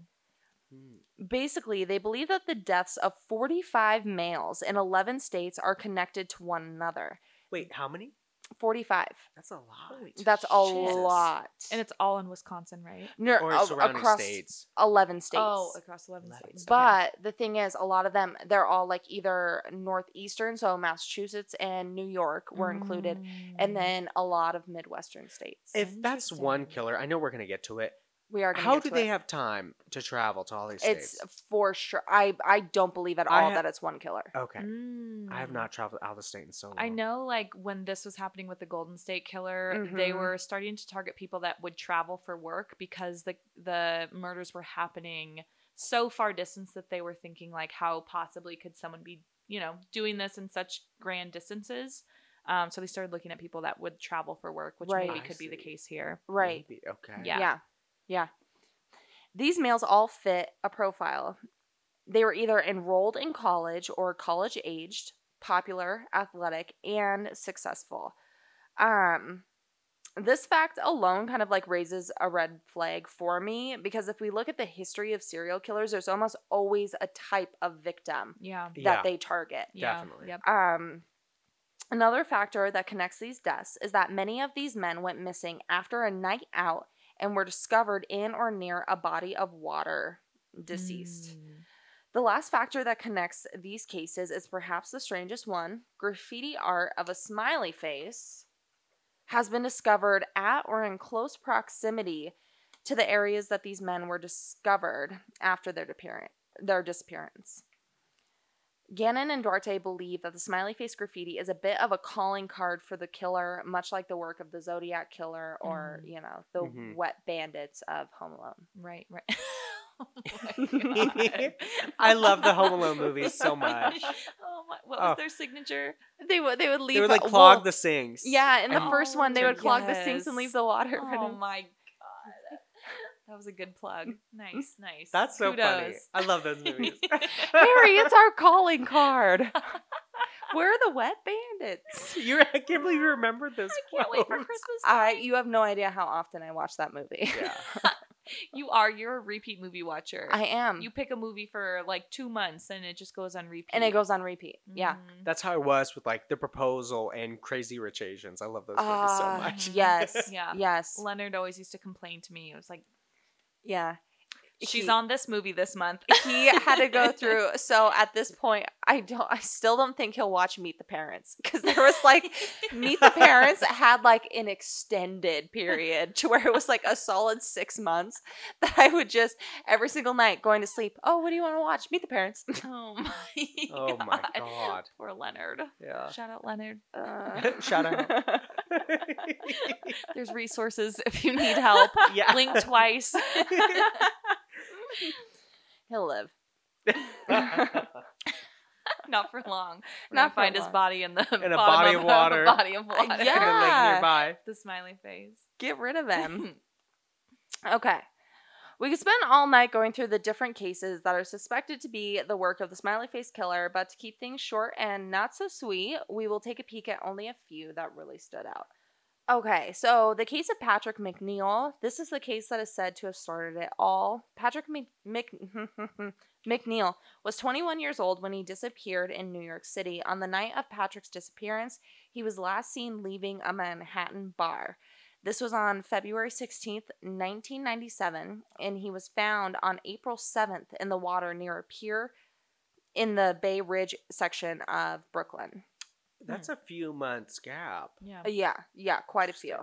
Speaker 1: Hmm.
Speaker 3: Basically, they believe that the deaths of 45 males in 11 states are connected to one another.
Speaker 1: Wait, how many?
Speaker 3: 45.
Speaker 1: That's a lot.
Speaker 3: That's a
Speaker 2: Jesus.
Speaker 3: lot.
Speaker 2: And it's all in Wisconsin, right?
Speaker 3: No,
Speaker 1: or
Speaker 3: a-
Speaker 1: surrounding
Speaker 3: across
Speaker 1: states.
Speaker 3: 11 states.
Speaker 2: Oh, across 11
Speaker 1: Eleven
Speaker 2: states.
Speaker 1: states.
Speaker 3: But the thing is, a lot of them, they're all like either northeastern, so Massachusetts and New York were included, and then a lot of Midwestern states.
Speaker 1: Mm. If that's one
Speaker 2: Interesting.
Speaker 1: killer, I know we're gonna get to it.
Speaker 3: we are gonna
Speaker 1: How
Speaker 3: get
Speaker 1: do
Speaker 3: to
Speaker 1: they
Speaker 3: it.
Speaker 1: have time to travel to all these
Speaker 3: It's
Speaker 1: states?
Speaker 3: for sure. I I don't believe at
Speaker 1: I
Speaker 3: all
Speaker 1: ha- Oh,
Speaker 3: that it's one killer.
Speaker 1: Okay, I have
Speaker 2: Mm.
Speaker 1: not traveled out of the state in so long.
Speaker 2: I know, like when this was happening with the Golden State Killer, they
Speaker 1: Mm-hmm.
Speaker 3: Mhm.
Speaker 2: were starting to target people that would travel for work because the the murders were happening so far distance that they were thinking like, how possibly could someone be, you know, doing this in such grand distances? Um, so they started looking at people that would travel for work, which
Speaker 3: Right.
Speaker 2: maybe
Speaker 1: I
Speaker 2: could be the
Speaker 1: see.
Speaker 2: case here.
Speaker 3: Right.
Speaker 1: Maybe. Okay.
Speaker 2: Yeah.
Speaker 3: Yeah. yeah. These males all fit a profile. They were either enrolled in college or college aged, popular, athletic, and successful. Um, this fact alone kind of like raises a red flag for me because if we look at the history of serial killers, there's almost always a type of victim
Speaker 2: Yeah.
Speaker 3: that
Speaker 1: yeah,
Speaker 3: they target.
Speaker 2: Yeah.
Speaker 1: Definitely.
Speaker 2: Yep.
Speaker 3: Um, another factor that connects these deaths is that many of these men went missing after a night out and were discovered in or near a body of water deceased.
Speaker 2: Mm.
Speaker 3: The last factor that connects these cases is perhaps the strangest one. Graffiti art of a smiley face has been discovered at or in close proximity to the areas that these men were discovered after their, disappear- their disappearance. Gannon and Duarte believe that the smiley face graffiti is a bit of a calling card for the killer, much like the work of the Zodiac Killer or,
Speaker 2: Mhm.
Speaker 3: you know, the
Speaker 1: Mhm.
Speaker 3: wet bandits of Home Alone.
Speaker 2: Right. Right. Oh my God.
Speaker 1: I love the Home Alone movies so much.
Speaker 2: Oh my! What
Speaker 1: Oh.
Speaker 2: was their signature?
Speaker 3: They would they would leave
Speaker 1: They would like
Speaker 3: well,
Speaker 1: clog the sinks.
Speaker 3: Yeah, in the
Speaker 1: And-
Speaker 3: first one, they would clog the sinks
Speaker 2: yes.
Speaker 3: and leave the water.
Speaker 2: Oh
Speaker 3: running.
Speaker 2: my god. That was a good plug. Nice, nice.
Speaker 1: That's so funny.
Speaker 2: Kudos.
Speaker 1: I love those movies.
Speaker 3: Harry, it's our calling card. We're the wet bandits.
Speaker 1: you I can't believe you remembered this.
Speaker 2: I can't wait for
Speaker 1: quote.
Speaker 2: Christmas.
Speaker 3: I, you have no idea how often I watch that movie.
Speaker 1: Yeah.
Speaker 2: You are. You're a repeat movie watcher.
Speaker 3: I am,
Speaker 2: You pick a movie for like two months and it just goes on repeat.
Speaker 3: and it goes on repeat. Yeah.
Speaker 2: Mhm.
Speaker 1: That's how I was with like The Proposal and Crazy Rich Asians. I love Mm, those movies so
Speaker 3: Ah,
Speaker 1: much.
Speaker 3: Yes.
Speaker 2: Yeah.
Speaker 3: Yes.
Speaker 2: Leonard always used to complain to me. It was like,
Speaker 3: Yeah.
Speaker 2: she's
Speaker 3: He-
Speaker 2: on this movie this month.
Speaker 3: He had to go through. So at this point, I don't. I still don't think he'll watch Meet the Parents because there was like Meet the Parents had like an extended period to where it was like a solid six months that I would just every single night going to sleep. Oh, what do you want to watch? Meet the Parents.
Speaker 2: Oh my.
Speaker 1: Oh my god.
Speaker 2: Poor Leonard.
Speaker 1: Yeah.
Speaker 2: Shout out Leonard.
Speaker 3: Uh,
Speaker 1: Shout out.
Speaker 2: There's resources if you need help.
Speaker 1: yeah.
Speaker 2: Blink twice.
Speaker 3: He'll live.
Speaker 2: Not for long. We're
Speaker 3: Not
Speaker 2: Not
Speaker 3: for
Speaker 2: find his
Speaker 3: long.
Speaker 2: body in the
Speaker 1: In
Speaker 2: bottom
Speaker 1: a body of
Speaker 2: the-
Speaker 1: water.
Speaker 2: body of water.
Speaker 1: In
Speaker 3: Uh, yeah.
Speaker 1: a lake nearby.
Speaker 2: The smiley face.
Speaker 3: Get rid of him. Okay. We could spend all night going through the different cases that are suspected to be the work of the smiley face killer, but to keep things short and not so sweet, we will take a peek at only a few that really stood out. Okay, so the case of Patrick McNeil. This is the case that is said to have started it all. Patrick Mc- Mc- McNeil was 21 years old when he disappeared in New York City. On the night of Patrick's disappearance, he was last seen leaving a Manhattan bar. This was on February 16th, 1997, and he was found on April 7th in the water near a pier in the Bay Ridge section of Brooklyn.
Speaker 2: Mm.
Speaker 3: Uh,
Speaker 1: That's a few months gap.
Speaker 2: Yeah.
Speaker 3: Yeah, yeah, quite a few.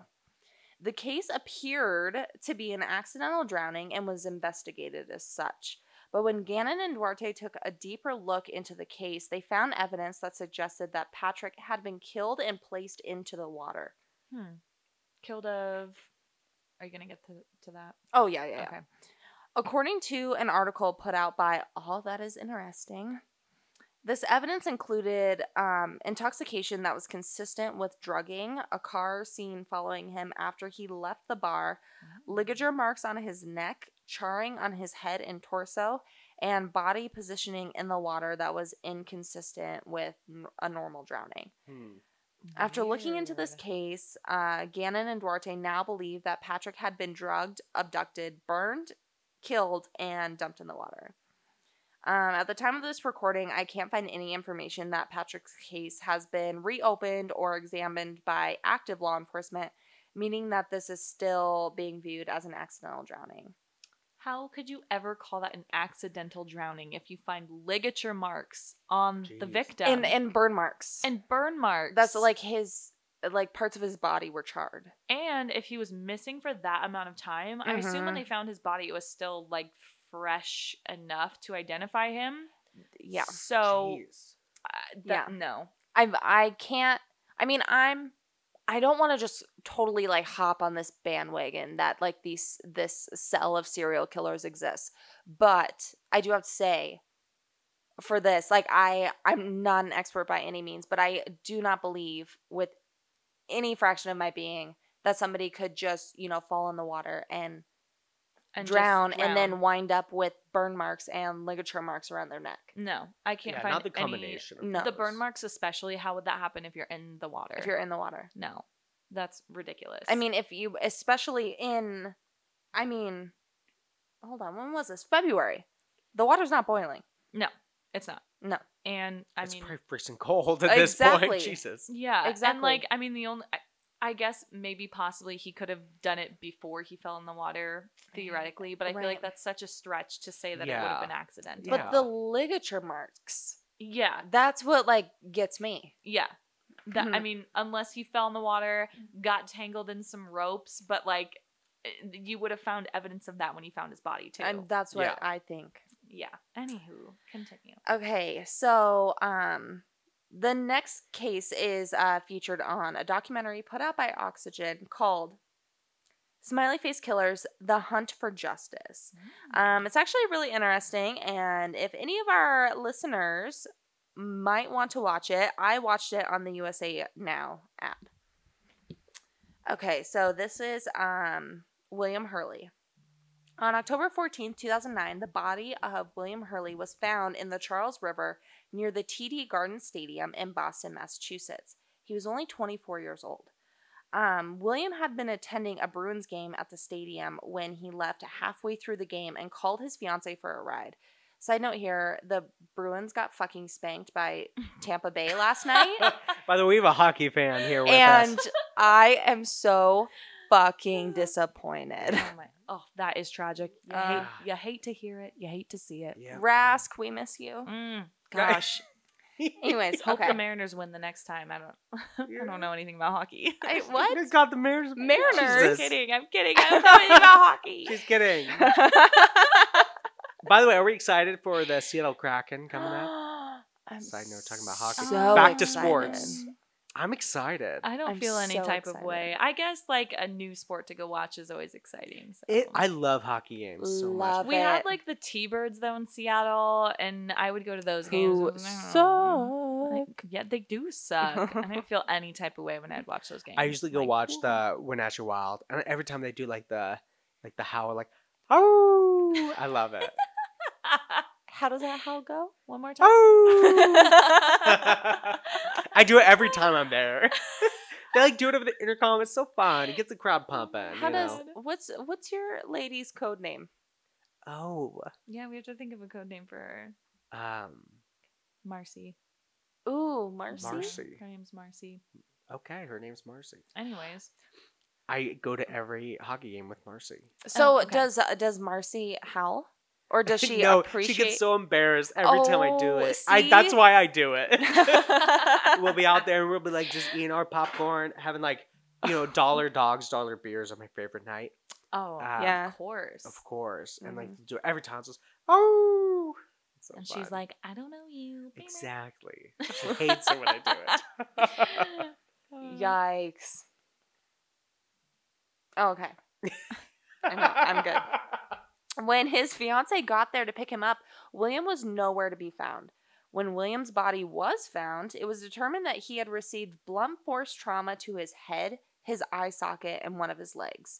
Speaker 3: The case appeared to be an accidental drowning and was investigated as such. But when Gannon and Duarte took a deeper look into the case, they found evidence that suggested that Patrick had been killed and placed into the water.
Speaker 2: Hmm. Killed of. Are you gonna get to, to that?
Speaker 3: Oh, yeah, yeah, yeah.
Speaker 2: Okay.
Speaker 3: According to an article put out by All That Is Interesting, this evidence included um, intoxication that was consistent with drugging, a car seen following him after he left the bar, ligature marks on his neck, charring on his head and torso, and body positioning in the water that was inconsistent with n- a normal drowning.
Speaker 1: Hmm.
Speaker 3: After looking into this
Speaker 2: Weird.
Speaker 3: case, uh, Gannon and Duarte now believe that Patrick had been drugged, abducted, burned, killed, and dumped in the water. Um, at the time of this recording, I can't find any information that Patrick's case has been reopened or examined by active law enforcement, meaning that this is still being viewed as an accidental drowning.
Speaker 2: How could you ever call that an accidental drowning if you find ligature marks on the
Speaker 1: Jeez.
Speaker 2: victim
Speaker 3: And and burn marks.
Speaker 2: and burn marks?
Speaker 3: that's like his like parts of his body were charred.
Speaker 2: And if he was missing for that amount of time, I assume when
Speaker 3: Mhm.
Speaker 2: they found his body, it was still like fresh enough to identify him.
Speaker 3: Yeah.
Speaker 2: So
Speaker 1: Jeez.
Speaker 2: uh,
Speaker 3: Yeah.
Speaker 2: that, no.
Speaker 3: I I can't. I mean, I'm. I don't want to just totally like hop on this bandwagon that like these this cell of serial killers exists, but I do have to say, for this, like I I'm not an expert by any means, but I do not believe with any fraction of my being that somebody could just you know fall in the water and,
Speaker 2: just
Speaker 3: drown, and then wind up with burn marks and ligature marks around their neck
Speaker 2: No, I can't
Speaker 1: yeah,
Speaker 2: find
Speaker 1: not the
Speaker 2: any-
Speaker 1: combination. of
Speaker 3: no.
Speaker 2: the
Speaker 1: those.
Speaker 2: burn marks, especially. How would that happen if you're in the water?
Speaker 3: if you're in the water.
Speaker 2: no, That's ridiculous.
Speaker 3: I mean, if you, especially in, I mean, hold on, when was this? February. The water's not boiling.
Speaker 2: it's not.
Speaker 3: No.
Speaker 2: And I
Speaker 1: it's
Speaker 2: mean,
Speaker 1: probably freezing cold at this
Speaker 3: Exactly.
Speaker 1: point. Jesus.
Speaker 2: yeah,
Speaker 3: Exactly.
Speaker 2: And like, I mean, the only, I, I guess maybe possibly he could have done it before he fell in the water theoretically, but I feel
Speaker 3: Right.
Speaker 2: like that's such a stretch to say that it would
Speaker 1: Yeah.
Speaker 2: have been accidental.
Speaker 1: Yeah.
Speaker 3: But the ligature marks,
Speaker 2: yeah,
Speaker 3: that's what like gets me.
Speaker 2: Yeah. That I
Speaker 3: Mhm.
Speaker 2: mean, unless he fell in the water, got tangled in some ropes, but like eh, you would have found evidence of that when he found his body too.
Speaker 3: And that's what
Speaker 1: Yeah.
Speaker 3: I think.
Speaker 2: yeah. Anywho, continue.
Speaker 3: Okay, so um the next case is uh, featured on a documentary put out by Oxygen called Smiley Face Killers: The Hunt for Justice. Um, it's actually really interesting, and if any of our listeners might want to watch it, I watched it on the USA Now app. Okay, so this is um, William Hurley. On October 14, 2009, the body of William Hurley was found in the Charles River near the TD Garden Stadium in Boston, Massachusetts. He was only 24 years old. Um, William had been attending a Bruins game at the stadium when he left halfway through the game and called his fiance for a ride. Side note here the Bruins got fucking spanked by Tampa Bay last night.
Speaker 1: By the way, we have a hockey fan here with
Speaker 3: and
Speaker 1: us.
Speaker 3: I am so fucking disappointed.
Speaker 2: oh, my, oh, that is tragic. You,
Speaker 3: Uh,
Speaker 2: hate, you hate to hear it. You hate to see it.
Speaker 1: Yeah.
Speaker 3: Rask, we miss you.
Speaker 2: Mm, gosh.
Speaker 3: Anyways,
Speaker 2: Hope
Speaker 3: okay.
Speaker 2: the Mariners win the next time. I don't. I don't know anything about hockey.
Speaker 3: I, what?
Speaker 1: It's got the Mariners.
Speaker 3: Mariners?
Speaker 2: I'm
Speaker 1: Jesus.
Speaker 2: kidding. I'm kidding. I don't know anything about hockey.
Speaker 1: She's kidding. By the way, are we excited for the Seattle Kraken coming up?
Speaker 3: I'm
Speaker 1: Side note, talking about hockey.
Speaker 3: so
Speaker 1: Back to
Speaker 3: excited.
Speaker 1: sports. I'm excited.
Speaker 2: I don't
Speaker 3: I'm
Speaker 2: feel any
Speaker 3: so
Speaker 2: type of
Speaker 3: excited.
Speaker 2: way. I guess like a new sport to go watch is always exciting. So.
Speaker 1: It, I love hockey games so
Speaker 3: Love
Speaker 1: much.
Speaker 2: We
Speaker 3: it.
Speaker 2: had like the T Birds though in Seattle, and I would go to those
Speaker 3: Who
Speaker 2: games.
Speaker 3: suck.
Speaker 2: Like, yeah, they do suck. I didn't feel any type of way when I'd watch those games.
Speaker 1: I usually go
Speaker 2: Like,
Speaker 1: watch
Speaker 2: ooh.
Speaker 1: the When At Your Wild, and every time they do like the like the howl, like oh, I love it.
Speaker 3: How does that howl go?
Speaker 2: One more time.
Speaker 1: Oh, I do it every time I'm there. they like do it over the intercom. It's so fun. It gets the crowd pumping.
Speaker 3: How
Speaker 1: you
Speaker 3: does
Speaker 1: know?
Speaker 3: what's what's your lady's code name?
Speaker 1: oh
Speaker 2: yeah, we have to think of a code name for her.
Speaker 1: um
Speaker 2: Marcy.
Speaker 3: Ooh, Marcy.
Speaker 1: Marcy.
Speaker 2: Her name's Marcy.
Speaker 1: okay, her name's Marcy.
Speaker 2: Anyways,
Speaker 1: I go to every hockey game with Marcy.
Speaker 3: So
Speaker 2: Oh, okay.
Speaker 3: does uh, does Marcy howl, or does she
Speaker 1: no,
Speaker 3: appreciate?
Speaker 1: she gets so embarrassed every time I do
Speaker 3: Oh,
Speaker 1: it. I,
Speaker 3: see?
Speaker 1: that's why I do it. we'll be out there and we'll be like just eating our popcorn, having like you know dollar dogs, dollar beers on my favorite night,
Speaker 2: oh
Speaker 1: Ah.
Speaker 2: yeah,
Speaker 3: Yeah.
Speaker 2: of course.
Speaker 1: of course, and like
Speaker 3: Mhm.
Speaker 1: do it every time. It's just oh, It's so
Speaker 2: and
Speaker 1: fun.
Speaker 2: she's like, I don't know you.
Speaker 1: exactly. She hates it when I do it.
Speaker 3: Yikes. Oh, okay. I'm- I'm good. When his fiance got there to pick him up, William was nowhere to be found. When William's body was found, it was determined that he had received blunt force trauma to his head, his eye socket, and one of his legs.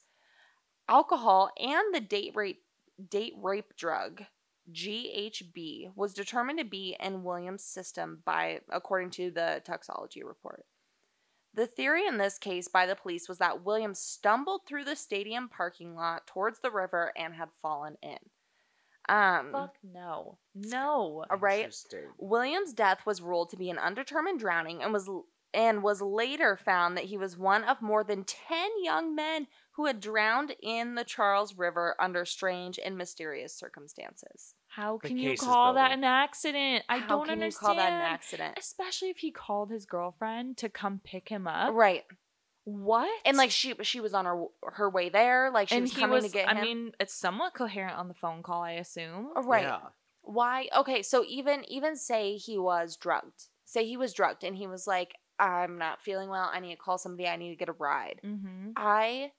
Speaker 3: Alcohol and the date rape date rape drug GHB was determined to be in William's system by according to the toxology report. The theory in this case by the police was that Williams stumbled through the stadium parking lot towards the river and had fallen in. Um,
Speaker 2: Fuck no, no.
Speaker 3: All right.
Speaker 1: Interesting.
Speaker 3: Williams' death was ruled to be an undetermined drowning and was and was later found that he was one of more than 10 young men who had drowned in the Charles River under strange and mysterious circumstances.
Speaker 2: How
Speaker 1: The
Speaker 2: can you
Speaker 1: case is
Speaker 2: call that an
Speaker 1: building.
Speaker 2: accident? I
Speaker 3: How
Speaker 2: don't
Speaker 3: can
Speaker 2: understand.
Speaker 3: you call that an accident?
Speaker 2: Especially if he called his girlfriend to come pick him up.
Speaker 3: Right.
Speaker 2: What?
Speaker 3: And like she she was on her her way there, like she
Speaker 2: and
Speaker 3: was
Speaker 2: he
Speaker 3: coming
Speaker 2: was.
Speaker 3: to get him. Oh,
Speaker 2: I mean, it's somewhat coherent on the phone call, I assume.
Speaker 3: right.
Speaker 1: Yeah.
Speaker 3: Why? Okay, so even even say he was drugged. Say he was drugged and he was like, "I'm not feeling well. I need to call somebody. I need to get a ride."
Speaker 2: Mm-hmm.
Speaker 3: I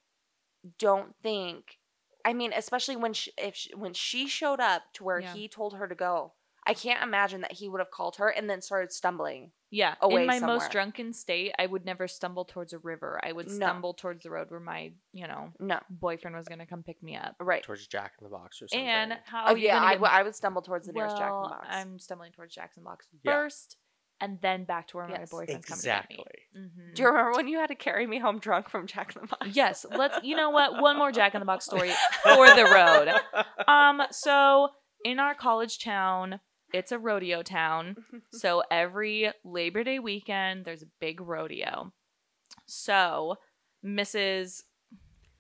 Speaker 3: don't think. I mean, especially when she, if she, when she showed up to where
Speaker 2: Yeah.
Speaker 3: he told her to go, I can't imagine that he would have called her and then started stumbling.
Speaker 2: Yeah.
Speaker 3: Away
Speaker 2: In my
Speaker 3: somewhere.
Speaker 2: most drunken state, I would never stumble towards a river. I would
Speaker 3: No.
Speaker 2: stumble towards the road where my, you know,
Speaker 3: No,
Speaker 2: boyfriend was gonna come pick me up.
Speaker 3: right?
Speaker 1: Towards Jack in the Box or something.
Speaker 2: And how?
Speaker 3: oh
Speaker 2: are you
Speaker 3: yeah,
Speaker 2: gonna
Speaker 3: I
Speaker 2: get-
Speaker 3: w- I would stumble towards the nearest Jack in the
Speaker 2: Well,
Speaker 3: Box.
Speaker 2: I'm stumbling towards Jackson Box
Speaker 1: Yeah.
Speaker 2: first, and then back to where my
Speaker 3: Yes.
Speaker 2: boyfriend's
Speaker 1: Exactly.
Speaker 2: coming to get me. Mhm.
Speaker 3: Do you remember when you had to carry me home drunk from Jack in the Box?
Speaker 2: Yes, let's. You know what? One more Jack in the Box story for the road. Um, so in our college town, it's a rodeo town. So every Labor Day weekend, there's a big rodeo. So Mrs.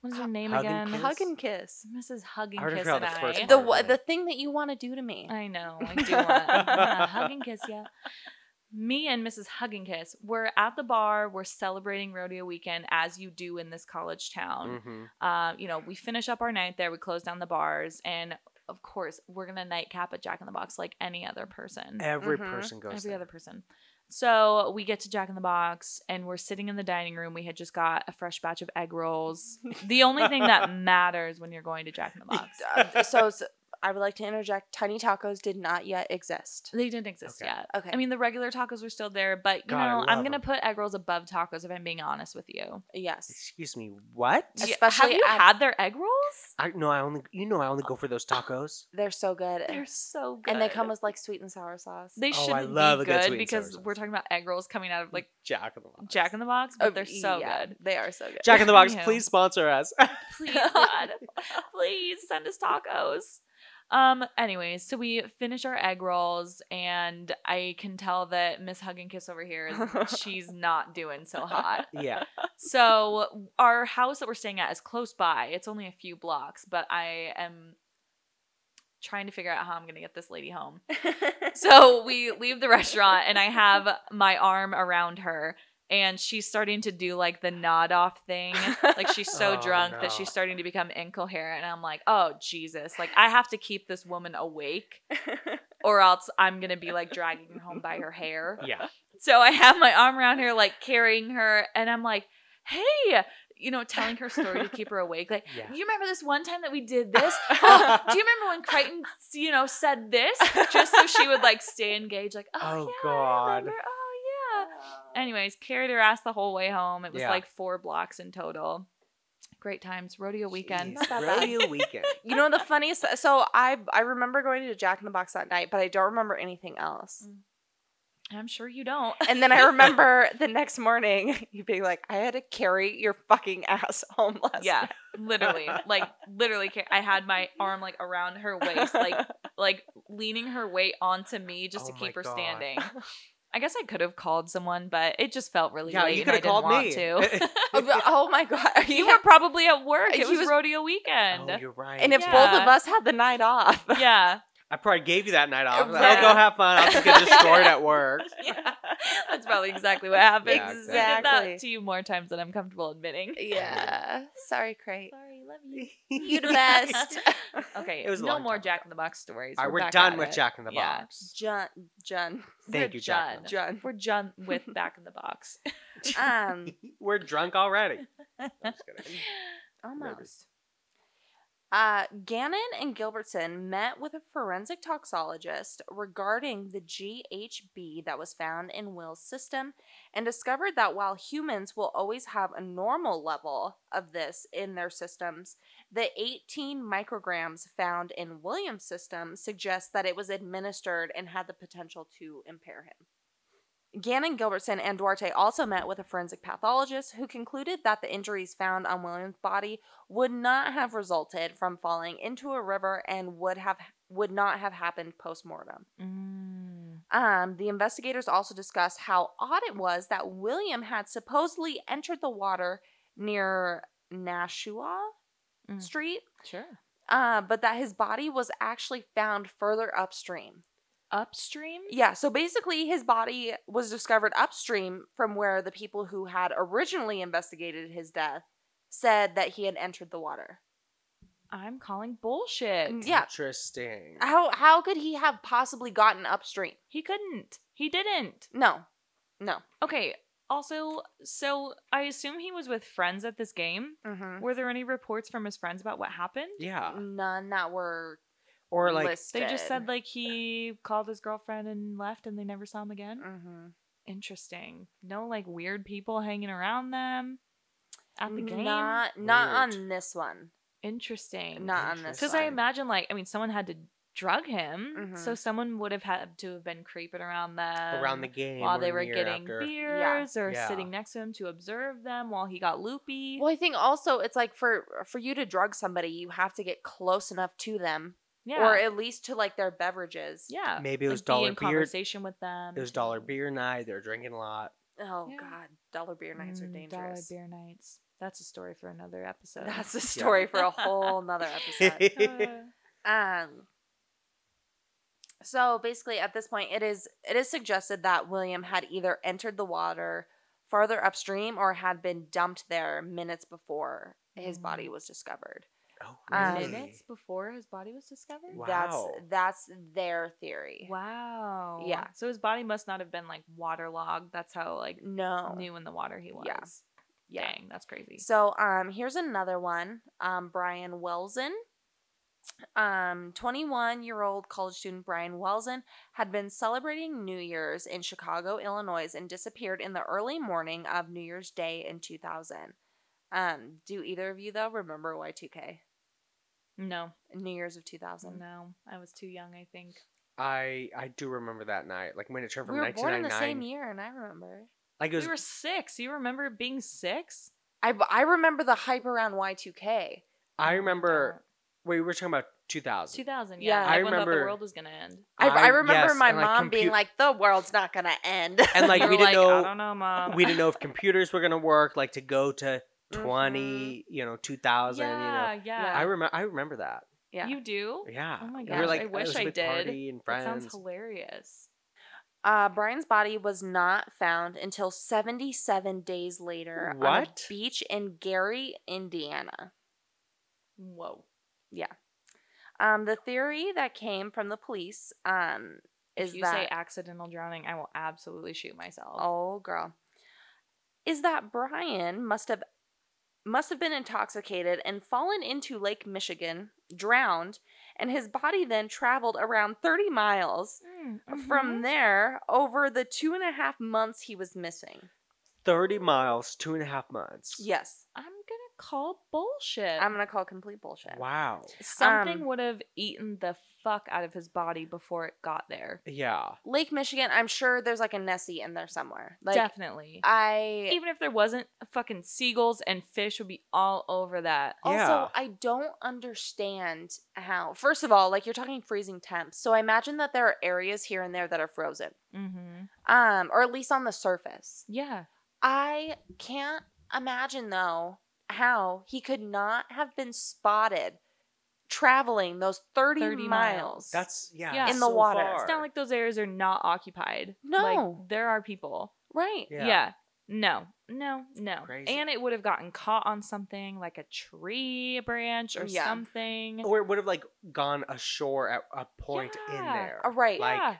Speaker 2: What is her name
Speaker 1: Hug
Speaker 2: again?
Speaker 1: and
Speaker 3: Hug and kiss.
Speaker 2: Mrs. Hugging
Speaker 1: I already
Speaker 2: Kiss
Speaker 1: forgot
Speaker 2: and
Speaker 1: the first
Speaker 2: I.
Speaker 3: The
Speaker 1: Part
Speaker 3: wa-
Speaker 1: of it.
Speaker 3: the thing that you want to do to me.
Speaker 2: I know. I do want to hug and kiss you. Me and Mrs. Hug and Kiss were at the bar. We're celebrating rodeo weekend as you do in this college town.
Speaker 1: Mhm.
Speaker 2: uh, you know, we finish up our night there, we close down the bars, and of course, we're gonna nightcap at Jack in the Box like any other person,
Speaker 1: Every
Speaker 3: Mhm.
Speaker 1: person goes.
Speaker 2: mm-hmm. every
Speaker 1: there.
Speaker 2: other person. So we get to Jack in the Box, and we're sitting in the dining room. We had just got a fresh batch of egg rolls. The only thing that matters when you're going to Jack in the Box,
Speaker 3: Uh, so, so I would like to interject. Tiny tacos did not yet exist.
Speaker 2: they didn't exist
Speaker 1: Okay.
Speaker 2: yet.
Speaker 3: Okay.
Speaker 2: I mean, the regular tacos were still there, but you
Speaker 1: God, I
Speaker 2: know, I'm
Speaker 1: love
Speaker 2: gonna
Speaker 1: 'em.
Speaker 2: put egg rolls above tacos if I'm being honest with you.
Speaker 3: yes.
Speaker 1: Excuse me. What?
Speaker 2: Do you-
Speaker 3: Especially
Speaker 2: have you
Speaker 3: at-
Speaker 2: had their egg rolls?
Speaker 1: I no. I only. You know. I only go for those tacos.
Speaker 3: They're so good.
Speaker 2: They're so good,
Speaker 3: and they come with like sweet and sour sauce.
Speaker 2: They
Speaker 1: Oh, I
Speaker 2: shouldn't
Speaker 1: love
Speaker 2: be
Speaker 1: a good
Speaker 2: good
Speaker 1: sweet and sour
Speaker 2: because
Speaker 1: sauce.
Speaker 2: we're talking about egg rolls coming out of like
Speaker 1: Jack in the Box.
Speaker 2: Jack in the Box, but
Speaker 1: e,
Speaker 2: they're so
Speaker 3: yeah,
Speaker 2: good.
Speaker 3: They are so good.
Speaker 1: Jack in the Box.
Speaker 2: Anywho.
Speaker 1: Please sponsor us.
Speaker 2: Please, God, please send us tacos. Um. Anyways, so we finish our egg rolls, and I can tell that Miss Hug and Kiss over here, is- she's not doing so hot.
Speaker 1: yeah.
Speaker 2: So our house that we're staying at is close by. It's only a few blocks, but I am trying to figure out how I'm gonna get this lady home. so we leave the restaurant and i have my arm around her and she's starting to do like the nod off thing like she's so
Speaker 1: Oh,
Speaker 2: drunk
Speaker 1: no.
Speaker 2: that she's starting to become incoherent and i'm like oh jesus like i have to keep this woman awake or else i'm gonna be like dragging her home by her hair
Speaker 1: Yeah.
Speaker 2: so i have my arm around her like carrying her and i'm like hey you know telling her story to keep her awake like
Speaker 1: Yeah.
Speaker 2: you remember this one time that we did this? Oh, do you remember when Crichton, you know, said this just so she would like stay engaged? Like, oh,
Speaker 1: Oh,
Speaker 2: yeah,
Speaker 1: God.
Speaker 2: I remember. Oh yeah. Anyways, carried her ass the whole way home. It was
Speaker 1: Yeah.
Speaker 2: like four blocks in total. Great times, rodeo weekend.
Speaker 1: Jeez,
Speaker 3: Not that bad.
Speaker 1: Rodeo weekend.
Speaker 3: You know the funniest. So I I remember going to Jack in the Box that night, but I don't remember anything
Speaker 2: Mm.
Speaker 3: else.
Speaker 2: I'm sure you don't.
Speaker 3: And then I remember the next morning you being like, "I had to carry your fucking ass home last
Speaker 2: yeah, literally, like literally, ca- I had my arm like around her waist, like like leaning her weight onto me just
Speaker 1: Oh
Speaker 2: to
Speaker 1: my
Speaker 2: keep her
Speaker 1: God.
Speaker 2: standing. I guess I could have called someone, but it just felt really
Speaker 1: yeah.
Speaker 2: late.
Speaker 1: You
Speaker 2: and
Speaker 1: could
Speaker 2: I
Speaker 1: have
Speaker 2: didn't
Speaker 1: called
Speaker 2: want
Speaker 1: me.
Speaker 2: to.
Speaker 3: Oh, but- oh my god!
Speaker 2: You were probably at work.
Speaker 3: He
Speaker 2: It was,
Speaker 3: was-
Speaker 2: rodeo weekend.
Speaker 1: oh, you're right.
Speaker 3: and if
Speaker 2: Yeah.
Speaker 3: both of us had the night off,
Speaker 2: yeah.
Speaker 1: I probably gave you that night off. Like,
Speaker 2: Right.
Speaker 1: Oh, go have fun. I'll just get destroyed at work.
Speaker 2: yeah. That's probably exactly what happened.
Speaker 1: Yeah,
Speaker 2: I did
Speaker 3: exactly.
Speaker 2: that to you more times than I'm comfortable admitting.
Speaker 3: yeah. Sorry, Craig.
Speaker 2: Sorry, love you.
Speaker 3: You the best.
Speaker 2: Okay,
Speaker 1: It was a
Speaker 2: no
Speaker 1: long
Speaker 2: more
Speaker 1: time
Speaker 2: Jack in the Box stories.
Speaker 1: All right, we're
Speaker 2: back
Speaker 1: done
Speaker 2: at
Speaker 1: with
Speaker 2: it.
Speaker 1: Jack in the
Speaker 2: Yeah.
Speaker 1: Box.
Speaker 3: John. John.
Speaker 1: Thank
Speaker 2: We're
Speaker 1: you, Jack.
Speaker 2: done.
Speaker 3: John.
Speaker 2: We're done with Back in the Box.
Speaker 3: Um.
Speaker 1: We're drunk already. I'm just kidding.
Speaker 3: Almost. Uh, Gannon and Gilbertson met with a forensic toxologist regarding the GHB that was found in Will's system and discovered that while humans will always have a normal level of this in their systems, the 18 micrograms found in William's system suggests that it was administered and had the potential to impair him. Gannon, Gilbertson, and Duarte also met with a forensic pathologist who concluded that the injuries found on William's body would not have resulted from falling into a river and would have would not have happened post-mortem.
Speaker 2: Mm,
Speaker 3: Um, the investigators also discussed how odd it was that William had supposedly entered the water near Nashua
Speaker 2: Mm.
Speaker 3: Street,
Speaker 2: Sure.
Speaker 3: uh, but that his body was actually found further upstream.
Speaker 2: Upstream?
Speaker 3: Yeah, so basically, his body was discovered upstream from where the people who had originally investigated his death said that he had entered the water.
Speaker 2: I'm calling bullshit.
Speaker 3: Yeah.
Speaker 1: Interesting.
Speaker 3: How how could he have possibly gotten upstream?
Speaker 2: He couldn't. He didn't.
Speaker 3: No, no.
Speaker 2: Okay. Also, so I assume he was with friends at this game.
Speaker 3: Mm-hmm.
Speaker 2: Were there any reports from his friends about what happened?
Speaker 1: Yeah.
Speaker 3: None that were
Speaker 1: Or like
Speaker 3: listed.
Speaker 2: They just said like he called his girlfriend and left and they never saw him again.
Speaker 3: hmm
Speaker 2: Interesting. No like weird people hanging around them at the game.
Speaker 3: Not not
Speaker 1: Weird.
Speaker 3: on this one.
Speaker 2: Interesting.
Speaker 3: Not on this.
Speaker 1: Interesting.
Speaker 2: Cuz I
Speaker 1: Sorry.
Speaker 2: imagine like I mean someone had to drug him.
Speaker 3: Mhm.
Speaker 2: So someone would have had to have been creeping around them
Speaker 1: around the game
Speaker 2: while
Speaker 1: or
Speaker 2: they
Speaker 1: in
Speaker 2: were
Speaker 1: the year
Speaker 2: getting
Speaker 1: after.
Speaker 2: beers or
Speaker 1: Yeah.
Speaker 2: sitting next to him to observe them while he got loopy.
Speaker 3: Well, I think also it's like for for you to drug somebody, you have to get close enough to them,
Speaker 2: yeah.
Speaker 3: or at least to like their beverages.
Speaker 2: yeah.
Speaker 1: Maybe it was
Speaker 2: like, be
Speaker 1: dollar
Speaker 2: in
Speaker 1: beer.
Speaker 2: conversation with them.
Speaker 1: It was dollar beer night. They were drinking a lot.
Speaker 3: Oh
Speaker 2: Yeah.
Speaker 3: God, dollar beer nights are
Speaker 2: Mm,
Speaker 3: dangerous.
Speaker 2: Dollar beer nights. That's a story for another episode.
Speaker 3: That's a story for a whole nother episode.
Speaker 2: Uh,
Speaker 3: Um. So basically, at this point, it is it is suggested that William had either entered the water farther upstream or had been dumped there minutes before his
Speaker 2: Mm.
Speaker 3: body was discovered.
Speaker 1: oh,
Speaker 3: Um,
Speaker 1: really?
Speaker 2: minutes before his body was discovered.
Speaker 1: Wow.
Speaker 3: That's that's their theory.
Speaker 2: Wow.
Speaker 3: Yeah.
Speaker 2: So his body must not have been like waterlogged. That's how like
Speaker 3: No.
Speaker 2: new in the water he was.
Speaker 3: Yeah. Yeah.
Speaker 2: Dang, that's crazy.
Speaker 3: So um here's another one. Um Brian Welzen. Um 21-year-old college student Brian Welzen had been celebrating New Year's in Chicago, Illinois and disappeared in the early morning of New Year's Day in 2000. Um do either of you though remember Y2K?
Speaker 2: no,
Speaker 3: New Year's of 2000.
Speaker 2: no, I was too young. I think.
Speaker 1: I I do remember that night. Like when it turned from
Speaker 3: We were born in the
Speaker 1: 1999.
Speaker 3: same year and I remember.
Speaker 1: Like it was
Speaker 2: we were six. You remember it being six?
Speaker 3: I I remember the hype around Y2K.
Speaker 1: I remember wait, we were talking about 2000.
Speaker 2: Two thousand. Yeah.
Speaker 3: Yeah.
Speaker 2: like
Speaker 1: I
Speaker 2: when the- the
Speaker 1: remember-
Speaker 2: world was gonna end.
Speaker 3: I, I remember
Speaker 1: yes,
Speaker 3: my
Speaker 1: and, like,
Speaker 3: mom being
Speaker 1: compu-
Speaker 3: like, the world's not going to end.
Speaker 1: and like
Speaker 2: You
Speaker 1: we
Speaker 2: were
Speaker 1: didn't
Speaker 2: I
Speaker 1: know
Speaker 2: don't know, mom.
Speaker 1: we didn't know if computers were going to work like to go to 20, you know, 2000, you know.
Speaker 2: Yeah, yeah.
Speaker 1: I remember I remember that.
Speaker 3: yeah.
Speaker 2: You do?
Speaker 1: Yeah.
Speaker 2: Oh my
Speaker 1: We
Speaker 2: gosh,
Speaker 1: were,
Speaker 2: I
Speaker 1: like, it
Speaker 2: wish
Speaker 1: was a
Speaker 2: I
Speaker 1: big
Speaker 2: did.
Speaker 1: Party and
Speaker 2: That
Speaker 1: friends.
Speaker 2: sounds hilarious.
Speaker 3: Uh, Brian's body was not found until 77 days later on a
Speaker 1: What?
Speaker 3: beach in Gary, Indiana.
Speaker 2: Whoa.
Speaker 3: Um, the theory that came from the police um,
Speaker 2: If
Speaker 3: is
Speaker 2: you
Speaker 3: that
Speaker 2: say accidental drowning, I will absolutely shoot myself.
Speaker 3: oh girl, is that Brian must have must have been intoxicated and fallen into Lake Michigan, drowned, and his body then traveled around 30 miles
Speaker 2: Mm,
Speaker 3: from
Speaker 2: mhm.
Speaker 3: there over the two and a half months he was missing.
Speaker 1: 30 miles, two and a half months.
Speaker 3: Yes,
Speaker 2: I'm gonna call bullshit.
Speaker 3: I'm gonna call complete bullshit.
Speaker 1: Wow.
Speaker 2: Something
Speaker 3: Um,
Speaker 2: would have eaten the fuck out of his body before it got there.
Speaker 1: Yeah.
Speaker 3: Lake Michigan, I'm sure there's like a Nessie in there somewhere. Like
Speaker 2: Definitely.
Speaker 3: I
Speaker 2: Even if there wasn't, fucking seagulls and fish would be all over that.
Speaker 3: also
Speaker 1: Yeah.
Speaker 3: I don't understand how. First of all, like you're talking freezing temps, so I imagine that there are areas here and there that are frozen,
Speaker 2: Mm-hmm.
Speaker 3: um, or at least on the surface.
Speaker 2: Yeah.
Speaker 3: I can't imagine though how he could not have been spotted traveling those 30, miles.
Speaker 2: 30 miles.
Speaker 1: That's yeah.
Speaker 2: Yeah.
Speaker 1: it's
Speaker 3: In the
Speaker 1: so
Speaker 3: water.
Speaker 1: far.
Speaker 2: It's not like those areas are not occupied.
Speaker 3: No.
Speaker 2: Like, there are people.
Speaker 3: right.
Speaker 1: Yeah.
Speaker 2: Yeah. No. No, no.
Speaker 1: Crazy.
Speaker 2: And it would have gotten caught on something like a tree branch or
Speaker 3: Yeah.
Speaker 2: something.
Speaker 1: or it would have like gone ashore at a point in
Speaker 2: Yeah.
Speaker 1: there.
Speaker 3: Uh, right.
Speaker 1: like-
Speaker 2: yeah.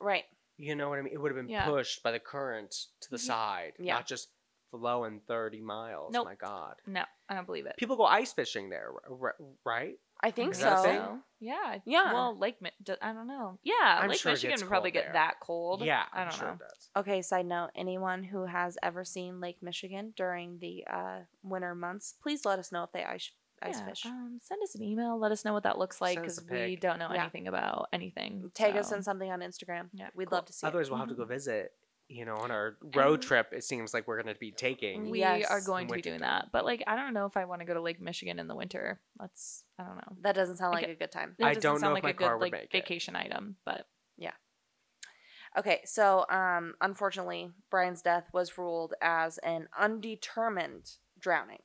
Speaker 3: Right.
Speaker 1: You know what I mean? It would have been
Speaker 2: Yeah.
Speaker 1: pushed by the current to the
Speaker 2: Ye-
Speaker 1: side,
Speaker 3: yeah.
Speaker 1: not just flowing 30 miles.
Speaker 2: Nope.
Speaker 1: My God.
Speaker 2: No, I don't believe it.
Speaker 1: People go ice fishing there, r- r- right?
Speaker 3: I think
Speaker 1: Is
Speaker 3: so.
Speaker 1: that a thing?
Speaker 2: Yeah.
Speaker 3: Yeah.
Speaker 2: Well, Lake Mi- d- I don't know. Yeah,
Speaker 1: I'm
Speaker 2: Lake
Speaker 1: sure it
Speaker 2: Michigan
Speaker 1: gets
Speaker 2: would probably get
Speaker 1: cold there.
Speaker 2: that cold.
Speaker 1: Yeah,
Speaker 2: I
Speaker 1: I'm
Speaker 2: don't
Speaker 1: sure
Speaker 2: know.
Speaker 1: it does.
Speaker 3: Okay, side note anyone who has ever seen Lake Michigan during the uh, winter months, please let us know if they ice, ice
Speaker 2: Yeah,
Speaker 3: fish.
Speaker 2: Um, send us an email. Let us know what that looks like
Speaker 1: Send us
Speaker 2: because
Speaker 1: a
Speaker 2: we
Speaker 1: pic.
Speaker 2: don't know
Speaker 3: Yeah.
Speaker 2: anything about anything.
Speaker 3: Tag us
Speaker 2: so-
Speaker 3: in something on Instagram.
Speaker 2: Yeah,
Speaker 3: We'd
Speaker 2: cool.
Speaker 3: love to see it.
Speaker 1: Otherwise, we'll have to go
Speaker 2: Mhm.
Speaker 1: visit. You know, on our road
Speaker 2: And-
Speaker 1: trip, it seems like we're going to be taking.
Speaker 2: We
Speaker 3: Yes.
Speaker 2: are going to be
Speaker 1: Winter
Speaker 2: doing
Speaker 1: time.
Speaker 2: that, but like I don't know if I want to go to Lake Michigan in the winter. Let's I don't know.
Speaker 3: That doesn't sound like
Speaker 2: Okay.
Speaker 3: a good time.
Speaker 2: That
Speaker 1: I
Speaker 2: doesn't
Speaker 1: don't
Speaker 2: sound
Speaker 1: know if my
Speaker 2: like a
Speaker 1: car
Speaker 2: good
Speaker 1: would
Speaker 2: like
Speaker 1: make it.
Speaker 2: vacation item, but
Speaker 3: Okay, so um, unfortunately, Brian's death was ruled as an undetermined drowning.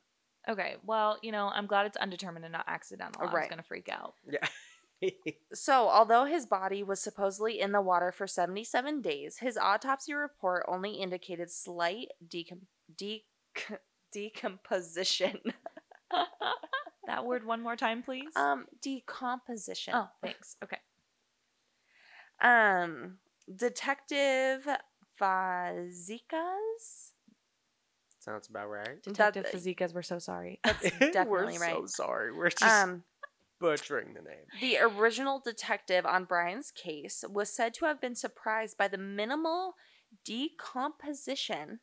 Speaker 2: okay. Well, you know, I'm glad it's undetermined and not accidental. I was
Speaker 3: Oh, Right.
Speaker 2: gonna freak out. Mm-hmm.
Speaker 3: So, although his body was supposedly in the water for 77 days, his autopsy report only indicated slight decom- de- decomposition.
Speaker 2: that word one more time, please.
Speaker 3: Um, decomposition.
Speaker 2: oh, thanks. Okay.
Speaker 3: Um, Detective Fazikas.
Speaker 1: Sounds about right.
Speaker 2: Detective
Speaker 3: That-
Speaker 2: Fazikas, we're so sorry.
Speaker 3: definitely
Speaker 1: we're so
Speaker 3: right.
Speaker 1: sorry. We're just
Speaker 3: Um,
Speaker 1: butchering the name.
Speaker 3: the original detective on Brian's case was said to have been surprised by the minimal decomposition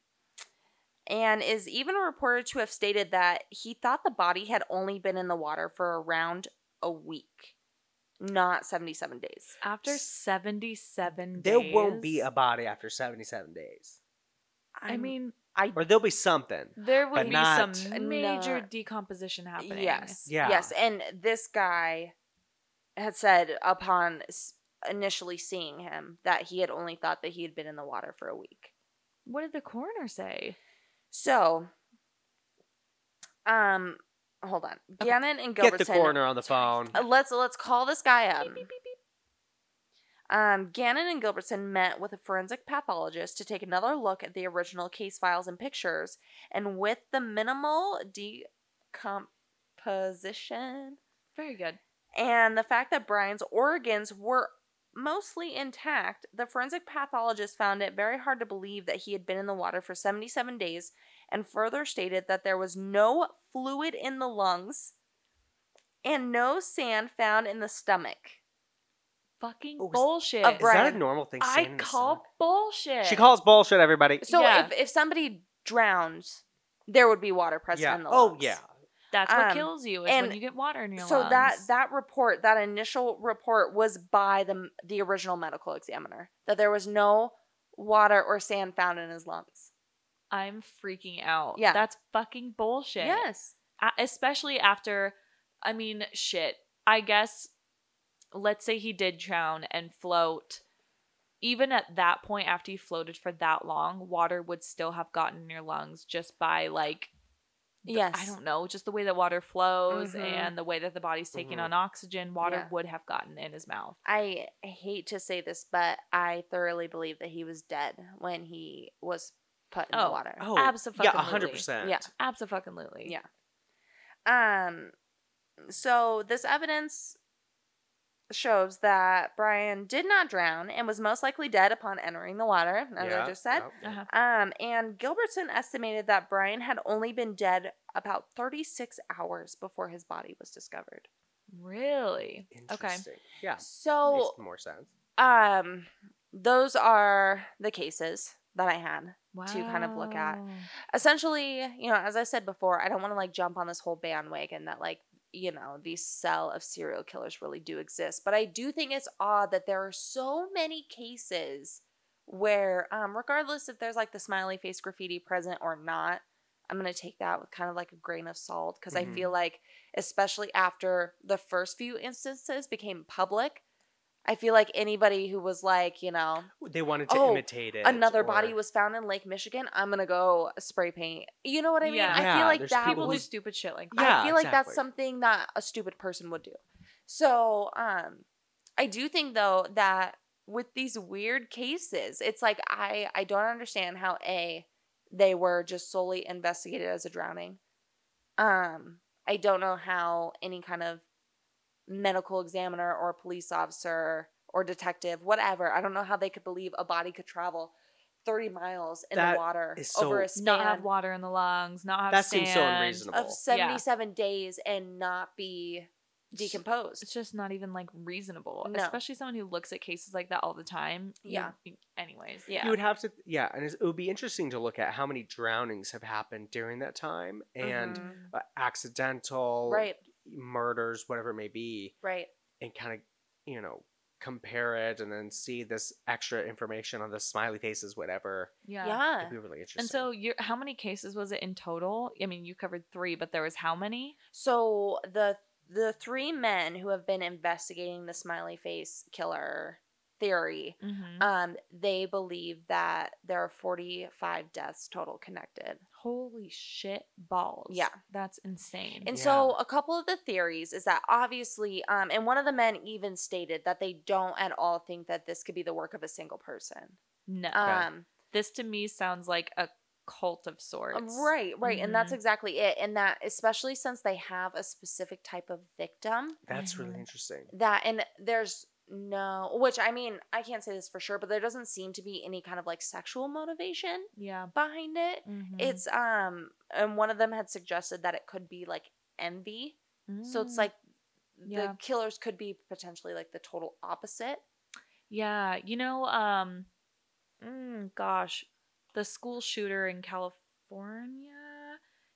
Speaker 3: and is even reported to have stated that he thought the body had only been in the water for around a week not 77 days.
Speaker 2: After 77
Speaker 1: There
Speaker 2: days.
Speaker 1: won't be a body after 77 days.
Speaker 2: I
Speaker 3: I'm-
Speaker 2: mean,
Speaker 1: Or there'll be something.
Speaker 2: there would
Speaker 1: but
Speaker 2: be
Speaker 1: not-
Speaker 2: some major
Speaker 3: Not-
Speaker 2: decomposition happening.
Speaker 3: yes,
Speaker 1: Yeah.
Speaker 3: yes. And this guy had said upon s- initially seeing him that he had only thought that he had been in the water for a week.
Speaker 2: What did the coroner say?
Speaker 3: So, um, hold on,
Speaker 2: Okay.
Speaker 3: Gannon and
Speaker 1: Get
Speaker 3: Gilbertson.
Speaker 1: the coroner on the phone.
Speaker 3: Uh, Let's let's call this guy up.
Speaker 2: Beep, beep, beep, beep.
Speaker 3: Um, Gannon and Gilbertson met with a forensic pathologist to take another look at the original case files and pictures, and with the minimal decomposition
Speaker 2: Very good.
Speaker 3: and the fact that Brian's organs were mostly intact, the forensic pathologist found it very hard to believe that he had been in the water for 77 days and further stated that there was no fluid in the lungs and no sand found in the stomach.
Speaker 2: Fucking
Speaker 1: Oh, is-
Speaker 2: bullshit.
Speaker 3: a
Speaker 1: Is that
Speaker 3: Brian,
Speaker 1: a normal thing?
Speaker 2: I
Speaker 1: sand in the
Speaker 2: call bullshit.
Speaker 1: stomach? She calls bullshit, everybody.
Speaker 3: So
Speaker 2: Yeah.
Speaker 3: if, if somebody drowns, there would be water present
Speaker 1: yeah.
Speaker 3: in the lungs.
Speaker 1: Oh, yeah.
Speaker 2: That's what
Speaker 3: um,
Speaker 2: kills you is when
Speaker 3: and
Speaker 2: you get water in your
Speaker 3: So
Speaker 2: lungs.
Speaker 3: that that report, that initial report was by the the original medical examiner that there was no water or sand found in his lungs.
Speaker 2: I'm freaking out.
Speaker 3: Yeah.
Speaker 2: That's fucking bullshit.
Speaker 3: Yes.
Speaker 2: A- especially after i mean shit i guess let's say he did drown and float even at that point after you floated for that long water would still have gotten in your lungs just by like
Speaker 3: Yes.
Speaker 2: i don't know just the way that water flows
Speaker 3: Mhm.
Speaker 2: and the way that the body's taking
Speaker 1: Mhm.
Speaker 2: on oxygen water
Speaker 3: Yeah.
Speaker 2: would have gotten in his mouth
Speaker 3: I hate to say this, but I thoroughly believe that he was dead when he was put in the
Speaker 2: Oh.
Speaker 3: water.
Speaker 1: Oh,
Speaker 2: Abso-fucking-lutely.
Speaker 1: yeah, 100%.
Speaker 3: Yeah.
Speaker 2: absolutely
Speaker 3: Yeah. Um so this evidence shows that Brian did not drown and was most likely dead upon entering the water, as
Speaker 1: Yeah,
Speaker 3: I just said.
Speaker 1: yeah.
Speaker 2: uh-huh.
Speaker 3: Um, and Gilbertson estimated that Brian had only been dead about 36 hours before his body was discovered.
Speaker 2: really okay
Speaker 1: Interesting. Yeah.
Speaker 3: So,
Speaker 1: Makes more sense.
Speaker 3: um, those are the cases that I had.
Speaker 2: wow.
Speaker 3: to kind of look at. Essentially, you know, as I said before, I don't want to like jump on this whole bandwagon that like, you know, these cell of serial killers really do exist. But I do think it's odd that there are so many cases where, um, regardless if there's like the smiley face graffiti present or not, I'm going to take that with kind of like a grain of salt because I
Speaker 1: Mhm.
Speaker 3: feel like, especially after the first few instances became public, I feel like anybody who was like, you know,
Speaker 1: They wanted to
Speaker 3: Oh,
Speaker 1: imitate it.
Speaker 3: another
Speaker 1: or-
Speaker 3: body was found in Lake Michigan, I'm gonna go spray paint. You know what I mean?
Speaker 2: Yeah.
Speaker 3: I
Speaker 1: Yeah,
Speaker 3: feel like
Speaker 1: there's
Speaker 3: that
Speaker 2: people do
Speaker 3: was.
Speaker 2: stupid shit like
Speaker 1: Yeah.
Speaker 2: that
Speaker 3: I feel like that's
Speaker 1: exactly.
Speaker 3: something that a stupid person would do. So, um, I do think though that with these weird cases, it's like I I don't understand how a they were just solely investigated as a drowning. Um, I don't know how any kind of medical examiner or police officer or detective, whatever, I don't know how they could believe a body could travel 30 miles in
Speaker 1: That
Speaker 3: the water
Speaker 1: is so-
Speaker 3: over a
Speaker 2: not have
Speaker 3: span
Speaker 2: water in the lungs not have
Speaker 1: That seems so
Speaker 2: sand.
Speaker 1: unreasonable.
Speaker 3: of 77 days and not be
Speaker 2: it's
Speaker 3: decomposed.
Speaker 2: just not even like reasonable,
Speaker 3: No.
Speaker 2: especially someone who looks at cases like that all the time. You-
Speaker 3: Yeah.
Speaker 2: you- anyways,
Speaker 3: Yeah.
Speaker 1: You would have to, yeah, and it's- it would be interesting to look at how many drownings have happened during that time and
Speaker 3: Mhm.
Speaker 1: uh, accidental
Speaker 3: Right,
Speaker 1: murders, whatever it may be,
Speaker 3: right.
Speaker 1: and kind of, you know, compare it and then see this extra information on the smiley faces, whatever.
Speaker 2: yeah.
Speaker 3: Yeah.
Speaker 1: It'd be really interesting.
Speaker 2: And so, you how many cases was it in total? I mean, you covered three, but there was how many?
Speaker 3: So the the three men who have been investigating the smiley face killer theory,
Speaker 2: Mm-hmm.
Speaker 3: um, they believe that there are 45 deaths total connected.
Speaker 2: Holy shit balls!
Speaker 3: Yeah.
Speaker 2: that's insane.
Speaker 3: And
Speaker 1: Yeah.
Speaker 3: so a couple of the theories is that obviously, um, and one of the men even stated that they don't at all think that this could be the work of a single person.
Speaker 2: no,
Speaker 3: Um,
Speaker 2: this to me sounds like a cult of sorts.
Speaker 3: Uh, right, right, and that's
Speaker 2: Mhm.
Speaker 3: exactly it. And that especially since they have a specific type of victim
Speaker 1: that's really
Speaker 2: Mhm.
Speaker 1: interesting.
Speaker 3: that, and there's no, which I mean, I can't say this for sure, but there doesn't seem to be any kind of like sexual motivation
Speaker 2: Yeah.
Speaker 3: behind it.
Speaker 2: Mhm.
Speaker 3: It's um, and one of them had suggested that it could be like envy. So
Speaker 2: Mm.
Speaker 3: it's like
Speaker 2: Yeah.
Speaker 3: the killers could be potentially like the total opposite.
Speaker 2: Yeah, you know, um, mm, gosh, the school shooter in California,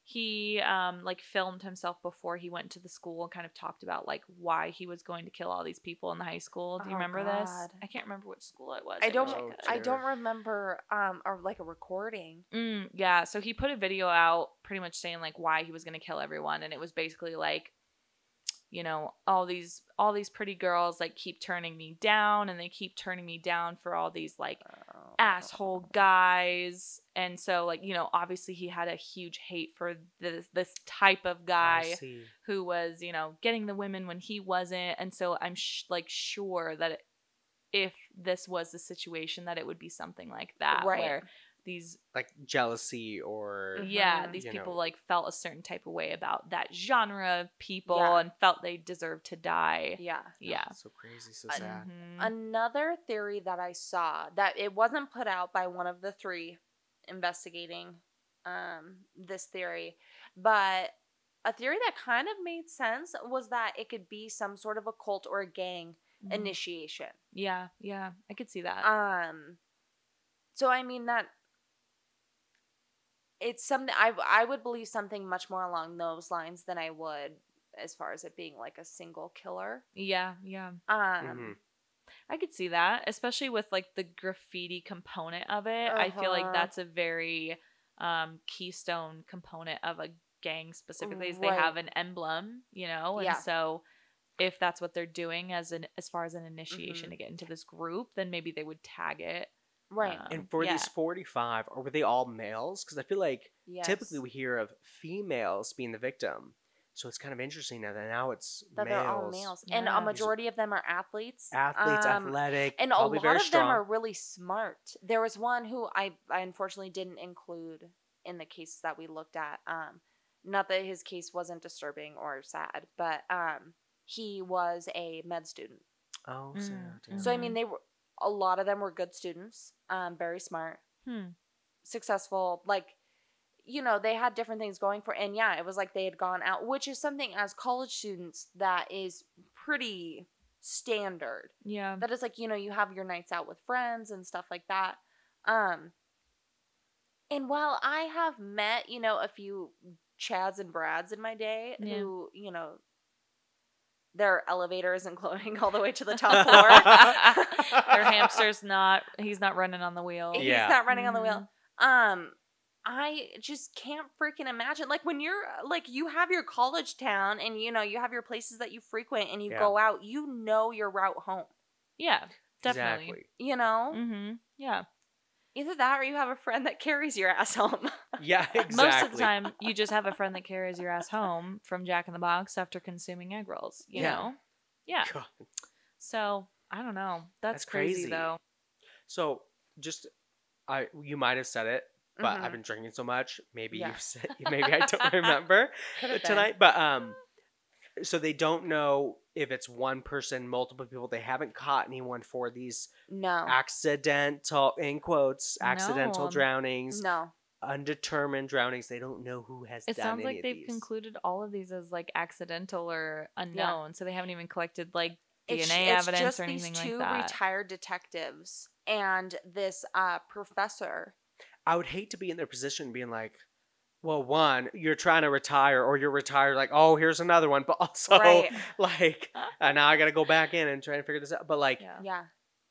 Speaker 2: he um, like filmed himself before he went to the school and kind of talked about like why he was going to kill all these people in the high school. Do you
Speaker 3: Oh,
Speaker 2: remember this?
Speaker 3: God.
Speaker 2: I can't remember which school it was.
Speaker 3: I
Speaker 2: wish
Speaker 3: don't.
Speaker 1: Oh,
Speaker 2: could.
Speaker 3: I
Speaker 1: dear.
Speaker 3: don't remember um or like a recording.
Speaker 2: Mm, yeah. So he put a video out pretty much saying like why he was going to kill everyone. And it was basically like, you know, all these all these pretty girls like keep turning me down and they keep turning me down for all these like
Speaker 3: Oh.
Speaker 2: asshole guys. And so like, you know, obviously he had a huge hate for this this type of guy
Speaker 1: see.
Speaker 2: who was, you know, getting the women when he wasn't. And so I'm sh- like sure that if this was the situation that it would be something like that
Speaker 3: Right.
Speaker 2: where these
Speaker 1: Like jealousy or
Speaker 3: Mhm.
Speaker 2: yeah these
Speaker 1: You
Speaker 2: people
Speaker 1: know.
Speaker 2: like felt a certain type of way about that genre of people
Speaker 3: Yeah.
Speaker 2: and felt they deserved to die
Speaker 3: Yeah.
Speaker 2: yeah
Speaker 1: oh, So crazy, so
Speaker 3: Uh,
Speaker 1: sad.
Speaker 2: Mhm.
Speaker 3: Another theory that I saw that it wasn't put out by one of the three investigating um, this theory, but a theory that kind of made sense was that it could be some sort of a cult or a gang
Speaker 2: Mhm.
Speaker 3: initiation.
Speaker 2: yeah yeah i could see that
Speaker 3: Um, so I mean that it's something I I would believe something much more along those lines than I would as far as it being like a single killer.
Speaker 2: yeah yeah
Speaker 3: Um,
Speaker 1: Mhm.
Speaker 2: i could see that especially with like the graffiti component of it i feel like
Speaker 3: Uh-huh.
Speaker 2: that's a very um keystone component of a gang specifically is they
Speaker 3: Right.
Speaker 2: have an emblem you know and
Speaker 3: Yeah.
Speaker 2: so if that's what they're doing as an as far as an initiation
Speaker 3: Mhm.
Speaker 2: to get into this group then maybe they would tag it
Speaker 3: right.
Speaker 2: um,
Speaker 1: And for
Speaker 2: yeah.
Speaker 1: these 45, or were they all males? Because I feel like
Speaker 3: yes.
Speaker 1: typically we hear of females being the victim. So it's kind of interesting now that now it's
Speaker 3: that
Speaker 1: males.
Speaker 3: they're all males, and
Speaker 2: Yeah.
Speaker 3: a majority of them are athletes.
Speaker 1: Athletes,
Speaker 3: Um,
Speaker 1: athletic,
Speaker 3: and a
Speaker 1: probably
Speaker 3: lot
Speaker 1: very
Speaker 3: of
Speaker 1: strong.
Speaker 3: them are really smart. There was one who I, I unfortunately didn't include in the cases that we looked at. Um, not that his case wasn't disturbing or sad, but um, he was a med student.
Speaker 1: Oh,
Speaker 2: Mm,
Speaker 1: sad, yeah.
Speaker 3: So I mean,
Speaker 2: Mhm.
Speaker 3: they were a lot of them were good students, um, very smart,
Speaker 2: hmm.
Speaker 3: successful. Like, you know, they had different things going for. And yeah, it was like they had gone out, which is something as college students that is pretty standard.
Speaker 2: yeah
Speaker 3: that is like you know you have your nights out with friends and stuff like that um and while i have met you know a few chads and brads in my day
Speaker 2: Yeah.
Speaker 3: who you know their elevator isn't glowing all the way to the top floor
Speaker 2: their hamster's not he's not running on the wheel
Speaker 3: he's
Speaker 1: Oh, Yeah.
Speaker 3: not running on the
Speaker 2: Mhm.
Speaker 3: wheel um i just can't freaking imagine like when you're uh, like you have your college town and you know you have your places that you frequent and you
Speaker 1: Yeah.
Speaker 3: go out you know your route home
Speaker 2: yeah definitely
Speaker 1: Exactly.
Speaker 3: you know
Speaker 2: hmm yeah
Speaker 3: Either that or you have a friend that carries your ass home.
Speaker 1: Yeah, exactly.
Speaker 2: most of the time you just have a friend that carries your ass home from jack in the box after consuming egg rolls you
Speaker 1: Yeah.
Speaker 2: know yeah
Speaker 1: God.
Speaker 2: so i don't know that's,
Speaker 1: That's
Speaker 2: crazy,
Speaker 1: crazy.
Speaker 2: though
Speaker 1: So just, I you might have said it, but I've
Speaker 3: Mhm.
Speaker 1: been drinking so much. Maybe
Speaker 3: Yeah.
Speaker 1: you've said, maybe I don't remember
Speaker 3: have been.
Speaker 1: tonight. But um, so they don't know if it's one person, multiple people. They haven't caught anyone for these
Speaker 3: Mm-hmm. no,
Speaker 1: accidental, in quotes,
Speaker 2: No,
Speaker 1: accidental
Speaker 2: um,
Speaker 1: drownings,
Speaker 3: no,
Speaker 1: undetermined drownings. They don't know who has
Speaker 2: it
Speaker 1: done
Speaker 2: sounds
Speaker 1: any
Speaker 2: like
Speaker 1: of
Speaker 2: they've
Speaker 1: these.
Speaker 2: concluded all of these as like accidental or unknown so they haven't even collected like dna
Speaker 3: It's- it's
Speaker 2: evidence
Speaker 3: just
Speaker 2: or
Speaker 3: these
Speaker 2: anything
Speaker 3: two
Speaker 2: like that
Speaker 3: retired detectives and this uh, professor.
Speaker 1: I would hate to be in their position being like, well, one, you're trying to retire or you're retired, like, oh, here's another one. But also,
Speaker 3: right? Uh-huh.
Speaker 1: like, uh, now I got to go back in and try and figure this out. But, like,
Speaker 2: yeah
Speaker 3: Yeah,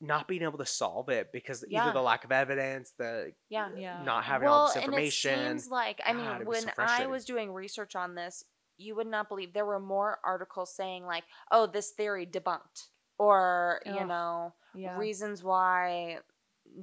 Speaker 1: not being able to solve it because
Speaker 3: Yeah. Uh,
Speaker 1: either the lack of evidence, the
Speaker 3: yeah.
Speaker 2: Yeah.
Speaker 1: not having all
Speaker 3: well,
Speaker 1: this
Speaker 3: and it
Speaker 1: information.
Speaker 3: seems like I mean,
Speaker 1: God, it'd be so
Speaker 3: when I
Speaker 1: frustrating.
Speaker 3: was doing research on this, you would not believe there were more articles saying like, "Oh, this theory debunked," or you
Speaker 2: Ugh.
Speaker 3: know,
Speaker 2: yeah
Speaker 3: reasons why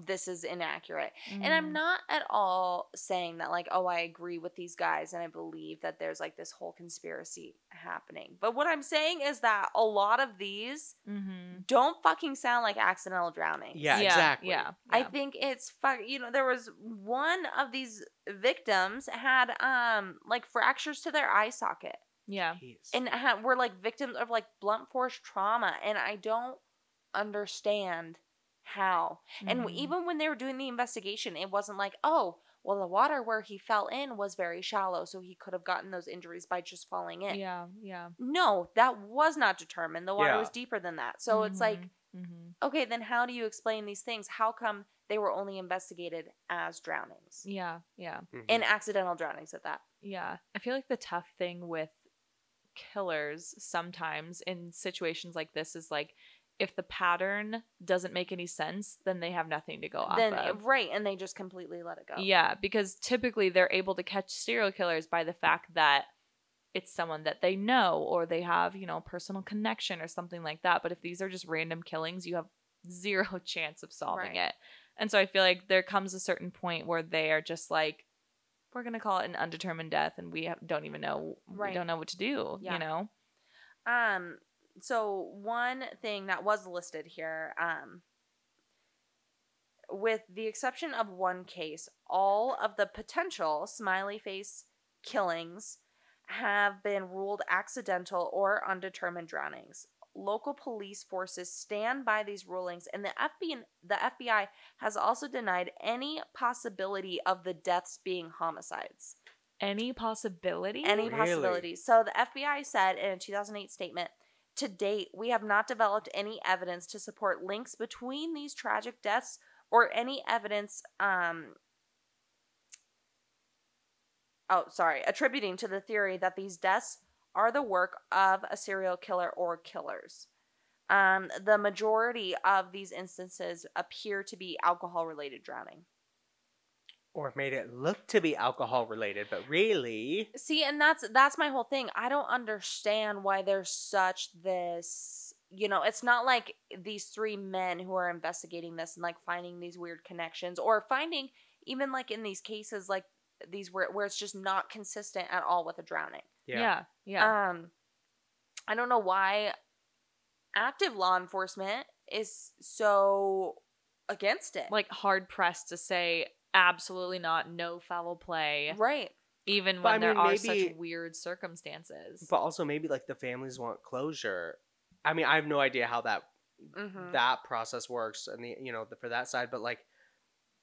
Speaker 3: this is inaccurate. And I'm
Speaker 2: Mhm.
Speaker 3: not at all saying that, like, oh, I agree with these guys and I believe that there's like this whole conspiracy happening. But what I'm saying is that a lot of these
Speaker 2: Mhm.
Speaker 3: don't fucking sound like accidental drowning.
Speaker 1: Yeah, exactly.
Speaker 2: Yeah.
Speaker 3: I
Speaker 2: yeah.
Speaker 3: think it's fuck. You know, there was one of these victims had um like fractures to their eye socket
Speaker 2: yeah.
Speaker 1: Jeez.
Speaker 3: and had, were like victims of like blunt force trauma, and I don't understand how. And w-
Speaker 2: Mhm.
Speaker 3: even when they were doing the investigation, it wasn't like, oh, well, the water where he fell in was very shallow, so he could have gotten those injuries by just falling in.
Speaker 2: yeah, yeah.
Speaker 3: No, that was not determined. The water
Speaker 1: Yeah.
Speaker 3: was deeper than that. So it's like
Speaker 2: Mhm. Mm-hmm.
Speaker 3: Okay, then how do you explain these things? How come they were only investigated as drownings
Speaker 2: Yeah, yeah,
Speaker 1: Mm-hmm.
Speaker 3: and accidental drownings at that?
Speaker 2: yeah. I feel like the tough thing with killers sometimes in situations like this is like if the pattern doesn't make any sense, then they have nothing to go off
Speaker 3: then
Speaker 2: of.
Speaker 3: right, and they just completely let it go.
Speaker 2: Oh, Yeah, because typically they're able to catch serial killers by the fact that it's someone that they know or they have, you know, a personal connection or something like that. But if these are just random killings, you have zero chance of solving
Speaker 3: Right.
Speaker 2: it. And so I feel like there comes a certain point where they are just like, we're going to call it an undetermined death and we have, don't even know,
Speaker 3: Right.
Speaker 2: we don't know what to do,
Speaker 3: Yeah.
Speaker 2: you know?
Speaker 3: Um, so one thing that was listed here, um, with the exception of one case, all of the potential smiley face killings have been ruled accidental or undetermined drownings. Local police forces stand by these rulings, and the FBI, the FBI has also denied any possibility of the deaths being homicides
Speaker 2: Any possibility?
Speaker 3: any
Speaker 1: Really?
Speaker 3: possibility. So the FBI said in a 2008 statement, to date, we have not developed any evidence to support links between these tragic deaths or any evidence um oh, sorry, attributing to the theory that these deaths are the work of a serial killer or killers. Um, the majority of these instances appear to be alcohol related drowning.
Speaker 1: Or made it look to be alcohol related, but really.
Speaker 3: See, and that's that's my whole thing. I don't understand why there's such this, you know, it's not like these three men who are investigating this and like finding these weird connections or finding even like in these cases like these where where it's just not consistent at all with a drowning.
Speaker 2: Yeah, yeah. yeah.
Speaker 3: Um I don't know why active law enforcement is so against it.
Speaker 2: like hard pressed to say, absolutely not, no foul play.
Speaker 3: right.
Speaker 2: even when
Speaker 1: But I
Speaker 2: there
Speaker 1: mean,
Speaker 2: are
Speaker 1: maybe-
Speaker 2: such weird circumstances.
Speaker 1: But also, maybe like the families want closure. I mean, I have no idea how that
Speaker 3: Mhm.
Speaker 1: that process works and the you know the, for that side but like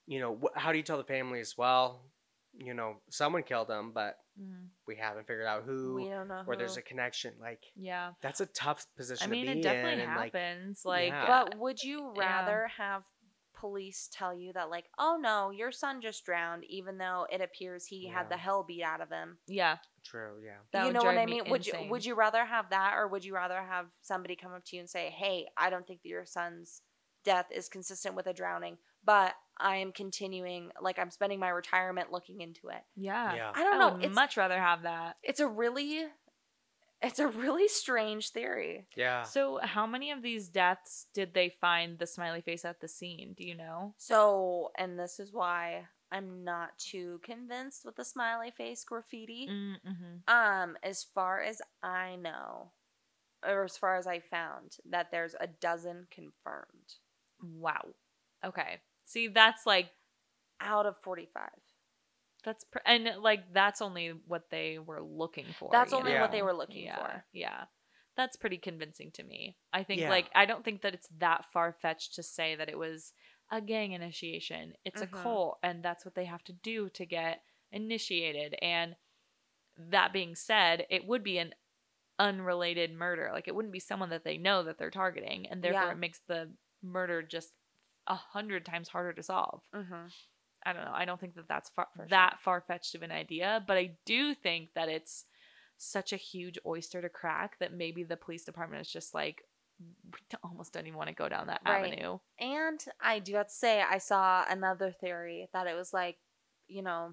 Speaker 1: you know wh- how do you tell the families well you know someone killed them but
Speaker 2: Mhm.
Speaker 1: we haven't figured out
Speaker 3: we
Speaker 1: who
Speaker 3: don't know.
Speaker 1: or there's
Speaker 3: who.
Speaker 1: a connection like
Speaker 2: yeah,
Speaker 1: that's a tough position
Speaker 2: I mean
Speaker 1: to be
Speaker 2: it definitely
Speaker 1: in and, like,
Speaker 2: happens. Like,
Speaker 1: yeah.
Speaker 3: But would you
Speaker 2: Yeah.
Speaker 3: rather have police tell you that, like, oh no, your son just drowned, even though it appears he had
Speaker 1: Yeah.
Speaker 3: the hell beat out of him?
Speaker 2: yeah,
Speaker 1: true yeah
Speaker 2: that
Speaker 3: you
Speaker 2: would
Speaker 3: know what
Speaker 2: drive
Speaker 3: I
Speaker 2: me
Speaker 3: mean? Would you
Speaker 2: insane.
Speaker 3: would you rather have that, or would you rather have somebody come up to you and say, hey, I don't think that your son's death is consistent with a drowning, but I am continuing, like, I'm spending my retirement looking into it.
Speaker 2: Yeah,
Speaker 1: yeah
Speaker 3: I
Speaker 2: I
Speaker 3: don't know.
Speaker 2: would
Speaker 3: It's
Speaker 2: much rather have that.
Speaker 3: it's a really it's a really strange theory.
Speaker 1: yeah
Speaker 2: So, how many of these deaths did they find the smiley face at the scene? Do you know?
Speaker 3: So, and this is why I'm not too convinced with the smiley face graffiti.
Speaker 2: Mm-hmm.
Speaker 3: Um, as far as I know, or as far as I found, that there's a dozen confirmed
Speaker 2: Wow. Okay. See, that's like
Speaker 3: out of 45.
Speaker 2: that's pr- and like that's only what they were looking for.
Speaker 3: That's
Speaker 2: you
Speaker 3: only
Speaker 1: Yeah.
Speaker 3: what they were looking
Speaker 2: yeah,
Speaker 3: for.
Speaker 2: Yeah. That's pretty convincing to me. I think
Speaker 1: Yeah.
Speaker 2: like I don't think that it's that far fetched to say that it was a gang initiation. It's
Speaker 3: Mhm.
Speaker 2: a cult and that's what they have to do to get initiated. And that being said, it would be an unrelated murder. Like it wouldn't be someone that they know that they're targeting and therefore
Speaker 3: Yeah.
Speaker 2: it makes the murder just a hundred times harder to solve.
Speaker 3: Mm-hmm.
Speaker 2: I don't know. I don't think that that's far,
Speaker 3: For sure.
Speaker 2: that far fetched of an idea, but I do think that it's such a huge oyster to crack that maybe the police department is just like, we don't, almost don't even want to go down that
Speaker 3: Right.
Speaker 2: avenue.
Speaker 3: And I do have to say, I saw another theory that it was like, you know,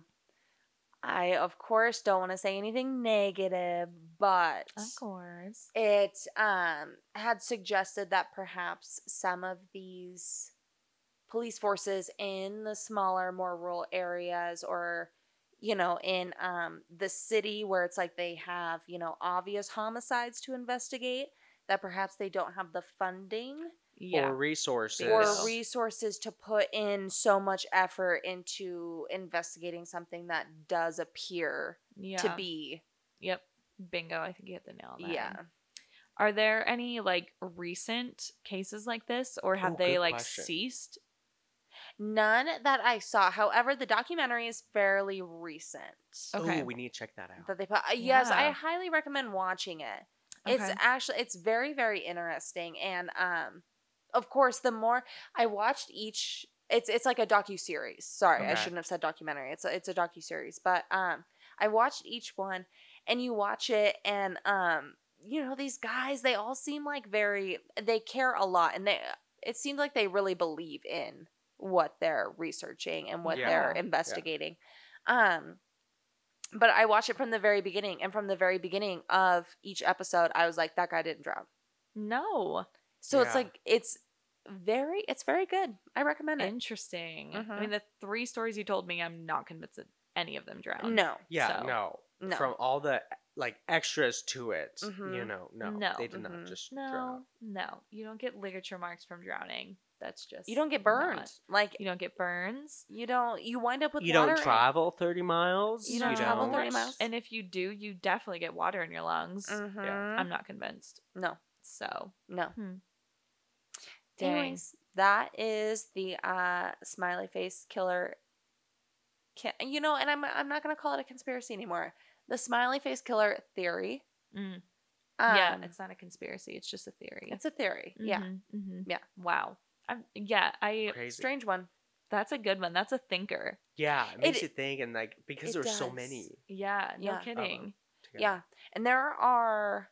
Speaker 3: I of course don't want to say anything negative, but
Speaker 2: course.
Speaker 3: it um, had suggested that perhaps some of these police forces in the smaller, more rural areas or you know, in um, the city where it's like they have, you know, obvious homicides to investigate, that perhaps they don't have the funding
Speaker 2: Yeah.
Speaker 1: or resources
Speaker 3: or
Speaker 2: Yes.
Speaker 3: resources to put in so much effort into investigating something that does appear
Speaker 2: yeah.
Speaker 3: to be.
Speaker 2: Yep. Bingo. I think you hit the nail on the
Speaker 3: Yeah.
Speaker 2: head. Are there any like recent cases like this or have
Speaker 1: Ooh,
Speaker 2: they
Speaker 1: good
Speaker 2: like
Speaker 1: question.
Speaker 2: ceased?
Speaker 3: None that I saw. However, the documentary is fairly recent.
Speaker 2: okay.
Speaker 1: Ooh, we need to check that out
Speaker 3: That they put. uh, Yes, I
Speaker 2: Oh, Yeah.
Speaker 3: highly recommend watching it. It's
Speaker 2: Okay.
Speaker 3: actually it's very very interesting and um of course, the more I watched each, it's it's like a docu series. Sorry, I
Speaker 1: Okay.
Speaker 3: shouldn't have said documentary. It's a, it's a docu series, but um, I watched each one, and you watch it, and um, you know these guys, they all seem like very they care a lot, and they it seemed like they really believe in what they're researching and what
Speaker 1: Yeah.
Speaker 3: they're
Speaker 2: Yeah.
Speaker 3: investigating. Um, but I watched it from the very beginning, and from the very beginning of each episode, I was like, that guy didn't drown.
Speaker 2: No.
Speaker 3: So it's
Speaker 1: Yeah.
Speaker 3: like it's very it's very good. I recommend it.
Speaker 2: Interesting. I
Speaker 3: Mhm.
Speaker 2: mean, the three stories you told me, I'm not convinced that any of them drowned.
Speaker 3: No,
Speaker 1: Yeah,
Speaker 2: So,
Speaker 1: no.
Speaker 3: no.
Speaker 1: From all the like extras to it, you
Speaker 3: Mhm.
Speaker 1: know, no,
Speaker 2: No.
Speaker 1: they did
Speaker 3: Mhm.
Speaker 1: not just
Speaker 2: No,
Speaker 1: drown.
Speaker 2: no. You don't get ligature marks from drowning. That's just.
Speaker 3: you don't get
Speaker 2: not-
Speaker 3: burned. Like
Speaker 2: You don't get burns.
Speaker 3: you don't you wind up with
Speaker 1: You
Speaker 3: water
Speaker 1: don't
Speaker 3: in-
Speaker 1: travel thirty miles.
Speaker 3: You don't travel 30 miles.
Speaker 2: And if you do, you definitely get water in your lungs.
Speaker 3: Mhm.
Speaker 2: I'm not convinced.
Speaker 3: No.
Speaker 2: So.
Speaker 3: No.
Speaker 2: Hmm. Dang.
Speaker 3: Anyways, that is the uh smiley face killer. Can- you know, and I'm I'm not gonna call it a conspiracy anymore. The smiley face killer theory.
Speaker 2: Mm.
Speaker 3: Um,
Speaker 2: yeah, it's not a conspiracy. It's just a theory.
Speaker 3: it's a theory. Yeah,
Speaker 2: Mhm, mhm.
Speaker 3: Yeah.
Speaker 2: Wow. I'm, yeah. I.
Speaker 1: Crazy.
Speaker 3: strange one.
Speaker 2: That's a good one. That's a thinker.
Speaker 1: Yeah, it makes
Speaker 3: It-
Speaker 1: you think, and like because
Speaker 3: it
Speaker 1: there were so
Speaker 3: does.
Speaker 1: many.
Speaker 2: Yeah. No
Speaker 3: Yeah.
Speaker 2: kidding.
Speaker 1: together.
Speaker 3: Yeah. And there are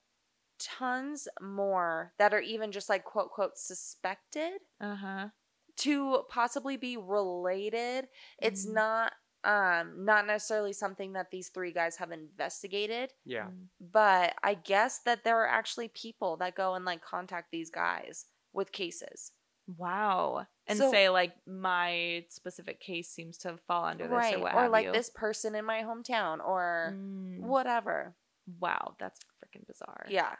Speaker 3: tons more that are even just like quote quote suspected
Speaker 2: Uh huh.
Speaker 3: to possibly be related. It's
Speaker 2: Mhm.
Speaker 3: not um not necessarily something that these three guys have investigated,
Speaker 1: yeah,
Speaker 2: Mm.
Speaker 3: but I guess that there are actually people that go and like contact these guys with cases.
Speaker 2: Wow. And
Speaker 3: So-
Speaker 2: say like my specific case seems to fall under this or what
Speaker 3: Or
Speaker 2: have
Speaker 3: like
Speaker 2: you.
Speaker 3: this person in my hometown or
Speaker 2: Mm.
Speaker 3: whatever.
Speaker 2: Wow, that's freaking bizarre.
Speaker 3: Yeah.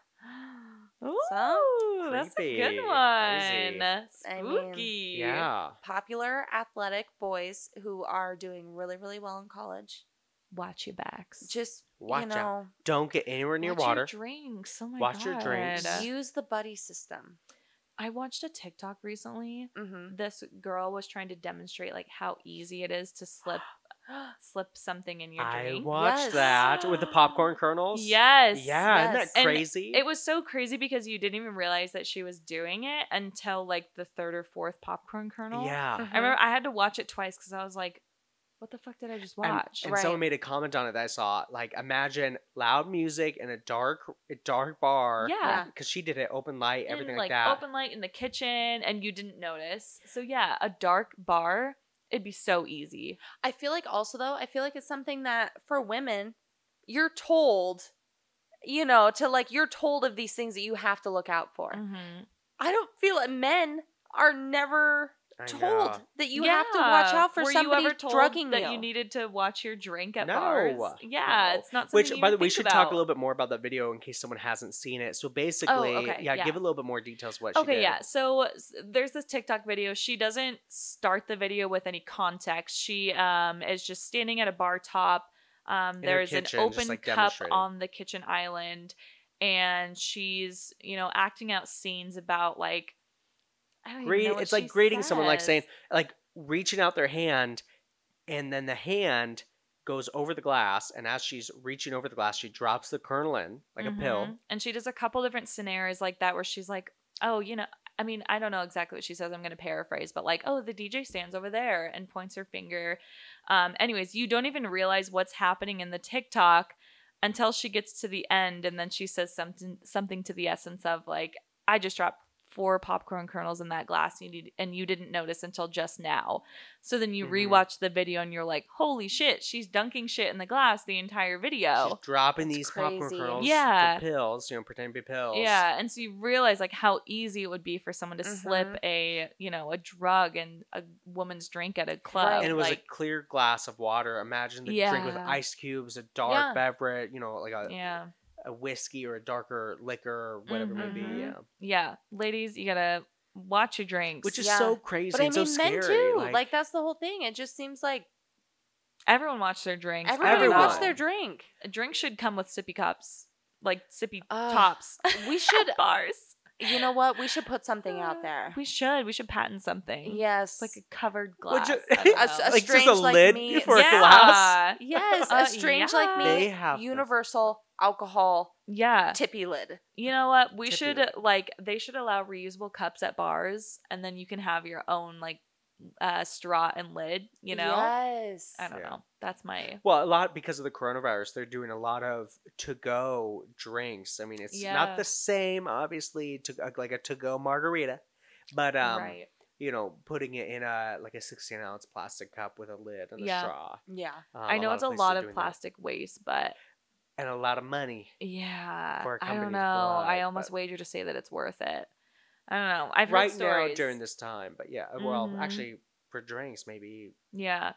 Speaker 2: Ooh, that's a
Speaker 1: Creepy.
Speaker 2: good one.
Speaker 3: I mean,
Speaker 2: Spooky.
Speaker 1: yeah.
Speaker 3: Popular athletic boys who are doing really, really well in college.
Speaker 2: Watch your backs.
Speaker 3: Just
Speaker 1: Watch
Speaker 3: you
Speaker 1: out.
Speaker 3: know,
Speaker 1: Don't get anywhere near
Speaker 2: Watch
Speaker 1: water.
Speaker 2: Your drinks. Oh my
Speaker 1: Watch your
Speaker 2: God.
Speaker 1: drinks. Yeah.
Speaker 3: Use the buddy system.
Speaker 2: I watched a TikTok recently.
Speaker 3: Mm-hmm.
Speaker 2: This girl was trying to demonstrate like how easy it is to slip slip something in your
Speaker 1: I
Speaker 2: drink.
Speaker 3: Yes.
Speaker 1: watched that with the popcorn kernels.
Speaker 2: Yes.
Speaker 1: Yeah,
Speaker 3: yes.
Speaker 1: isn't that
Speaker 2: And
Speaker 1: crazy?
Speaker 2: It was so crazy because you didn't even realize that she was doing it until like the third or fourth popcorn kernel.
Speaker 1: Yeah.
Speaker 2: I remember I had to watch it twice because I was like, what the fuck did I just
Speaker 1: And,
Speaker 2: watch?
Speaker 1: and
Speaker 3: Right.
Speaker 1: someone made a comment on it that I saw. Like, imagine loud music in a dark, a dark bar.
Speaker 2: Yeah.
Speaker 1: Because she did it open light, everything
Speaker 2: in,
Speaker 1: like,
Speaker 2: like
Speaker 1: that.
Speaker 2: open light in the kitchen and you didn't notice. So yeah, a dark bar, it'd be so easy.
Speaker 3: I feel like also though, I feel like it's something that for women, you're told, you know, to like you're told of these things that you have to look out for.
Speaker 1: Mm-hmm.
Speaker 3: I don't feel that men are never
Speaker 1: I
Speaker 3: told
Speaker 1: know.
Speaker 3: that you have to watch out for
Speaker 2: Were
Speaker 3: somebody
Speaker 2: you ever told
Speaker 3: drugging
Speaker 2: that
Speaker 3: you.
Speaker 2: you needed to watch your drink at
Speaker 1: No.
Speaker 2: bars? Yeah,
Speaker 1: No.
Speaker 2: it's not something
Speaker 1: Which,
Speaker 2: you
Speaker 1: by
Speaker 2: even
Speaker 1: the way, we
Speaker 2: think
Speaker 1: should
Speaker 2: about. Oh,
Speaker 1: talk a little bit more about that video in case someone hasn't seen it. So basically,
Speaker 2: okay,
Speaker 1: yeah,
Speaker 2: yeah.
Speaker 1: give a little bit more details what she
Speaker 2: Okay,
Speaker 1: did.
Speaker 2: yeah. So s- there's this TikTok video. She doesn't start the video with any context. She um, is just standing at a bar top. Um,
Speaker 1: her
Speaker 2: there's
Speaker 1: kitchen,
Speaker 2: an
Speaker 1: just,
Speaker 2: open
Speaker 1: like,
Speaker 2: cup
Speaker 1: demonstrating.
Speaker 2: on the kitchen island, and she's you know acting out scenes about like. I don't even
Speaker 1: Greet,
Speaker 2: know what
Speaker 1: it's like
Speaker 2: she
Speaker 1: greeting someone, like
Speaker 2: says.
Speaker 1: saying, like reaching out their hand, and then the hand goes over the glass. And as she's reaching over the glass, she drops the kernel in, like a pill.
Speaker 2: Mhm. And she does a couple different scenarios like that where she's like, oh, you know, I mean, I don't know exactly what she says. I'm going to paraphrase, but like, oh, the DJ stands over there and points her finger. Um, anyways, you don't even realize what's happening in the TikTok until she gets to the end. And then she says something, something to the essence of like, I just dropped four popcorn kernels in that glass and you, did, and you didn't notice until just now. So then you
Speaker 1: Mhm.
Speaker 2: rewatch the video and you're like, holy shit, she's dunking shit in the glass the entire video.
Speaker 1: She's dropping
Speaker 3: That's
Speaker 1: these
Speaker 3: crazy.
Speaker 1: popcorn kernels,
Speaker 2: Oh, Yeah.
Speaker 1: for pills, you know, pretend to be pills.
Speaker 2: Yeah, and so you realize like how easy it would be for someone to slip
Speaker 3: Mhm.
Speaker 2: a you know a drug and a woman's drink at a club.
Speaker 3: Right.
Speaker 1: And it was
Speaker 2: like,
Speaker 1: a clear glass of water. Imagine the drink with
Speaker 2: Yeah.
Speaker 1: ice cubes, a dark
Speaker 3: Yeah.
Speaker 1: beverage, you know, like a,
Speaker 2: yeah,
Speaker 1: a whiskey or a darker liquor or whatever it may
Speaker 3: Mhm.
Speaker 2: Mm-hmm.
Speaker 1: be. Yeah.
Speaker 2: yeah, ladies, you gotta watch your drinks.
Speaker 1: Which is
Speaker 3: Yeah.
Speaker 1: so crazy.
Speaker 3: but I mean,
Speaker 1: and so scary.
Speaker 3: men too. Like,
Speaker 1: Like,
Speaker 3: that's the whole thing. It just seems like
Speaker 2: everyone watch their drinks.
Speaker 3: everybody
Speaker 2: Everyone.
Speaker 3: watch their drink.
Speaker 2: A drink should come with sippy cups, like sippy
Speaker 3: Ugh.
Speaker 2: tops.
Speaker 3: We should
Speaker 2: bars.
Speaker 3: you know what? We should put something out there.
Speaker 2: We should. We should patent something.
Speaker 3: yes,
Speaker 2: It's like a covered
Speaker 1: Would
Speaker 2: glass.
Speaker 1: you-
Speaker 2: I don't
Speaker 3: A-
Speaker 2: know.
Speaker 3: a
Speaker 1: like just
Speaker 3: strange
Speaker 1: a
Speaker 3: like
Speaker 1: lid
Speaker 3: me-
Speaker 1: for
Speaker 2: yeah.
Speaker 1: a glass.
Speaker 3: yes,
Speaker 2: Uh,
Speaker 3: a strange like me
Speaker 1: They have this.
Speaker 3: universal alcohol
Speaker 2: Yeah.
Speaker 3: tippy lid.
Speaker 2: You know what? We
Speaker 1: Tippy
Speaker 2: should
Speaker 1: lid.
Speaker 2: like they should allow reusable cups at bars and then you can have your own like uh straw and lid, you know?
Speaker 3: Yes.
Speaker 2: I don't
Speaker 1: Yeah.
Speaker 2: know. That's my
Speaker 1: Well, a lot because of the coronavirus, they're doing a lot of to-go drinks. I mean, it's not
Speaker 2: Yeah.
Speaker 1: the same, obviously, to uh, like a to-go margarita, but um,
Speaker 2: right.
Speaker 1: you know, putting it in a like a 16-ounce plastic cup with a lid and a
Speaker 2: Yeah.
Speaker 1: straw.
Speaker 3: Yeah.
Speaker 1: Um,
Speaker 2: I know it's a
Speaker 1: places
Speaker 2: lot
Speaker 1: are
Speaker 2: of
Speaker 1: doing that.
Speaker 2: plastic waste, but
Speaker 1: and a lot of money.
Speaker 2: yeah.
Speaker 1: For a
Speaker 2: I don't
Speaker 1: company
Speaker 2: know.
Speaker 1: to
Speaker 2: I
Speaker 1: provide,
Speaker 2: almost
Speaker 1: but-
Speaker 2: wager to say that it's worth it. I don't know. I've heard
Speaker 1: right
Speaker 2: stories.
Speaker 1: now during this time. But yeah, uh, well,
Speaker 2: Mhm.
Speaker 1: actually for drinks maybe.
Speaker 2: Yeah.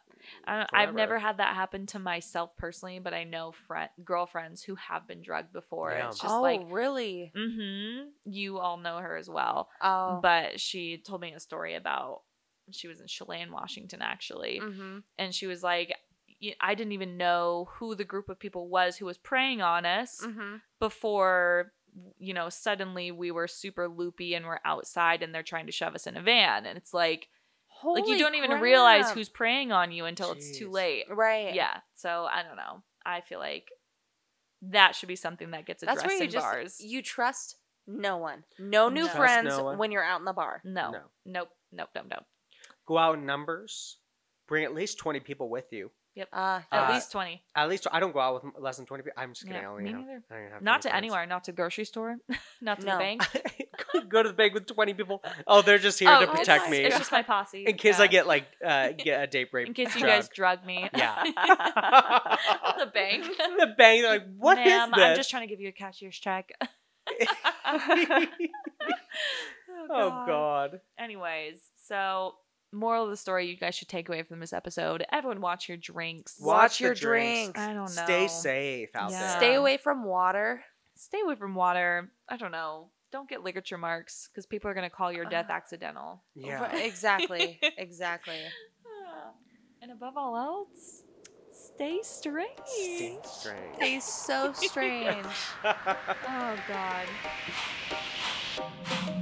Speaker 2: I don't, I've
Speaker 1: Forever.
Speaker 2: never had that happen to myself personally, but I know friend girlfriends who have been drugged before. and It's
Speaker 1: Yeah.
Speaker 2: just
Speaker 3: oh,
Speaker 2: like,
Speaker 3: really?
Speaker 2: mm-hmm. You all know her as well,
Speaker 3: Oh.
Speaker 2: but she told me a story about she was in Chelan, Washington, actually,
Speaker 3: hmm
Speaker 2: and she was like, y- I didn't even know who the group of people was who was preying on us
Speaker 3: hmm
Speaker 2: before you know suddenly we were super loopy and we're outside and they're trying to shove us in a van and it's like
Speaker 3: Holy
Speaker 2: like you don't even realize
Speaker 3: crap.
Speaker 2: who's preying on you until it's too
Speaker 1: Jeez.
Speaker 2: late
Speaker 3: right.
Speaker 2: yeah so i don't know i feel like that should be something that gets addressed
Speaker 3: That's where you
Speaker 2: in
Speaker 3: just
Speaker 2: bars
Speaker 3: you trust no one, no new
Speaker 2: No. Trust
Speaker 3: friends
Speaker 1: no one.
Speaker 3: when you're out in the bar.
Speaker 2: no,
Speaker 1: No.
Speaker 2: nope nope nope nope
Speaker 1: Go out in numbers. Bring at least 20 people with you.
Speaker 3: Uh,
Speaker 2: at
Speaker 1: Uh,
Speaker 2: least 20
Speaker 1: At least I don't go out with m- less than 20 people. I'm just kidding.
Speaker 2: Yeah,
Speaker 1: I only
Speaker 2: me
Speaker 1: have,
Speaker 2: neither.
Speaker 1: I don't even have
Speaker 2: not
Speaker 1: 20
Speaker 2: to
Speaker 1: friends.
Speaker 2: anywhere not to grocery store not to
Speaker 3: No.
Speaker 2: the bank
Speaker 1: go to the bank with 20 people. Oh, they're just here to
Speaker 2: it's-
Speaker 1: protect
Speaker 3: my
Speaker 1: me.
Speaker 2: it's just my posse
Speaker 1: in case
Speaker 2: yeah.
Speaker 1: I get like uh, get a date rape.
Speaker 2: in case you
Speaker 1: drug.
Speaker 2: guys drug me
Speaker 1: Yeah.
Speaker 2: At the bank
Speaker 1: the bank, they're like, what is
Speaker 2: Ma'am,
Speaker 1: this?
Speaker 2: i'm just trying to give you a cashier's check oh,
Speaker 1: oh God.
Speaker 2: anyways so moral of the story you guys should take away from this episode everyone watch your drinks
Speaker 3: Watch
Speaker 1: the
Speaker 3: your
Speaker 1: drinks.
Speaker 3: drinks.
Speaker 2: I don't know.
Speaker 1: Stay safe out
Speaker 2: Uh, Yeah.
Speaker 1: there.
Speaker 3: Stay away from water.
Speaker 2: stay away from water i don't know don't get ligature marks because people are going to call your death
Speaker 3: Uh.
Speaker 2: accidental
Speaker 1: Yeah.
Speaker 3: Right, Exactly. exactly.
Speaker 2: and above all else stay strange
Speaker 1: Stay strange.
Speaker 3: Stay so strange.
Speaker 2: oh god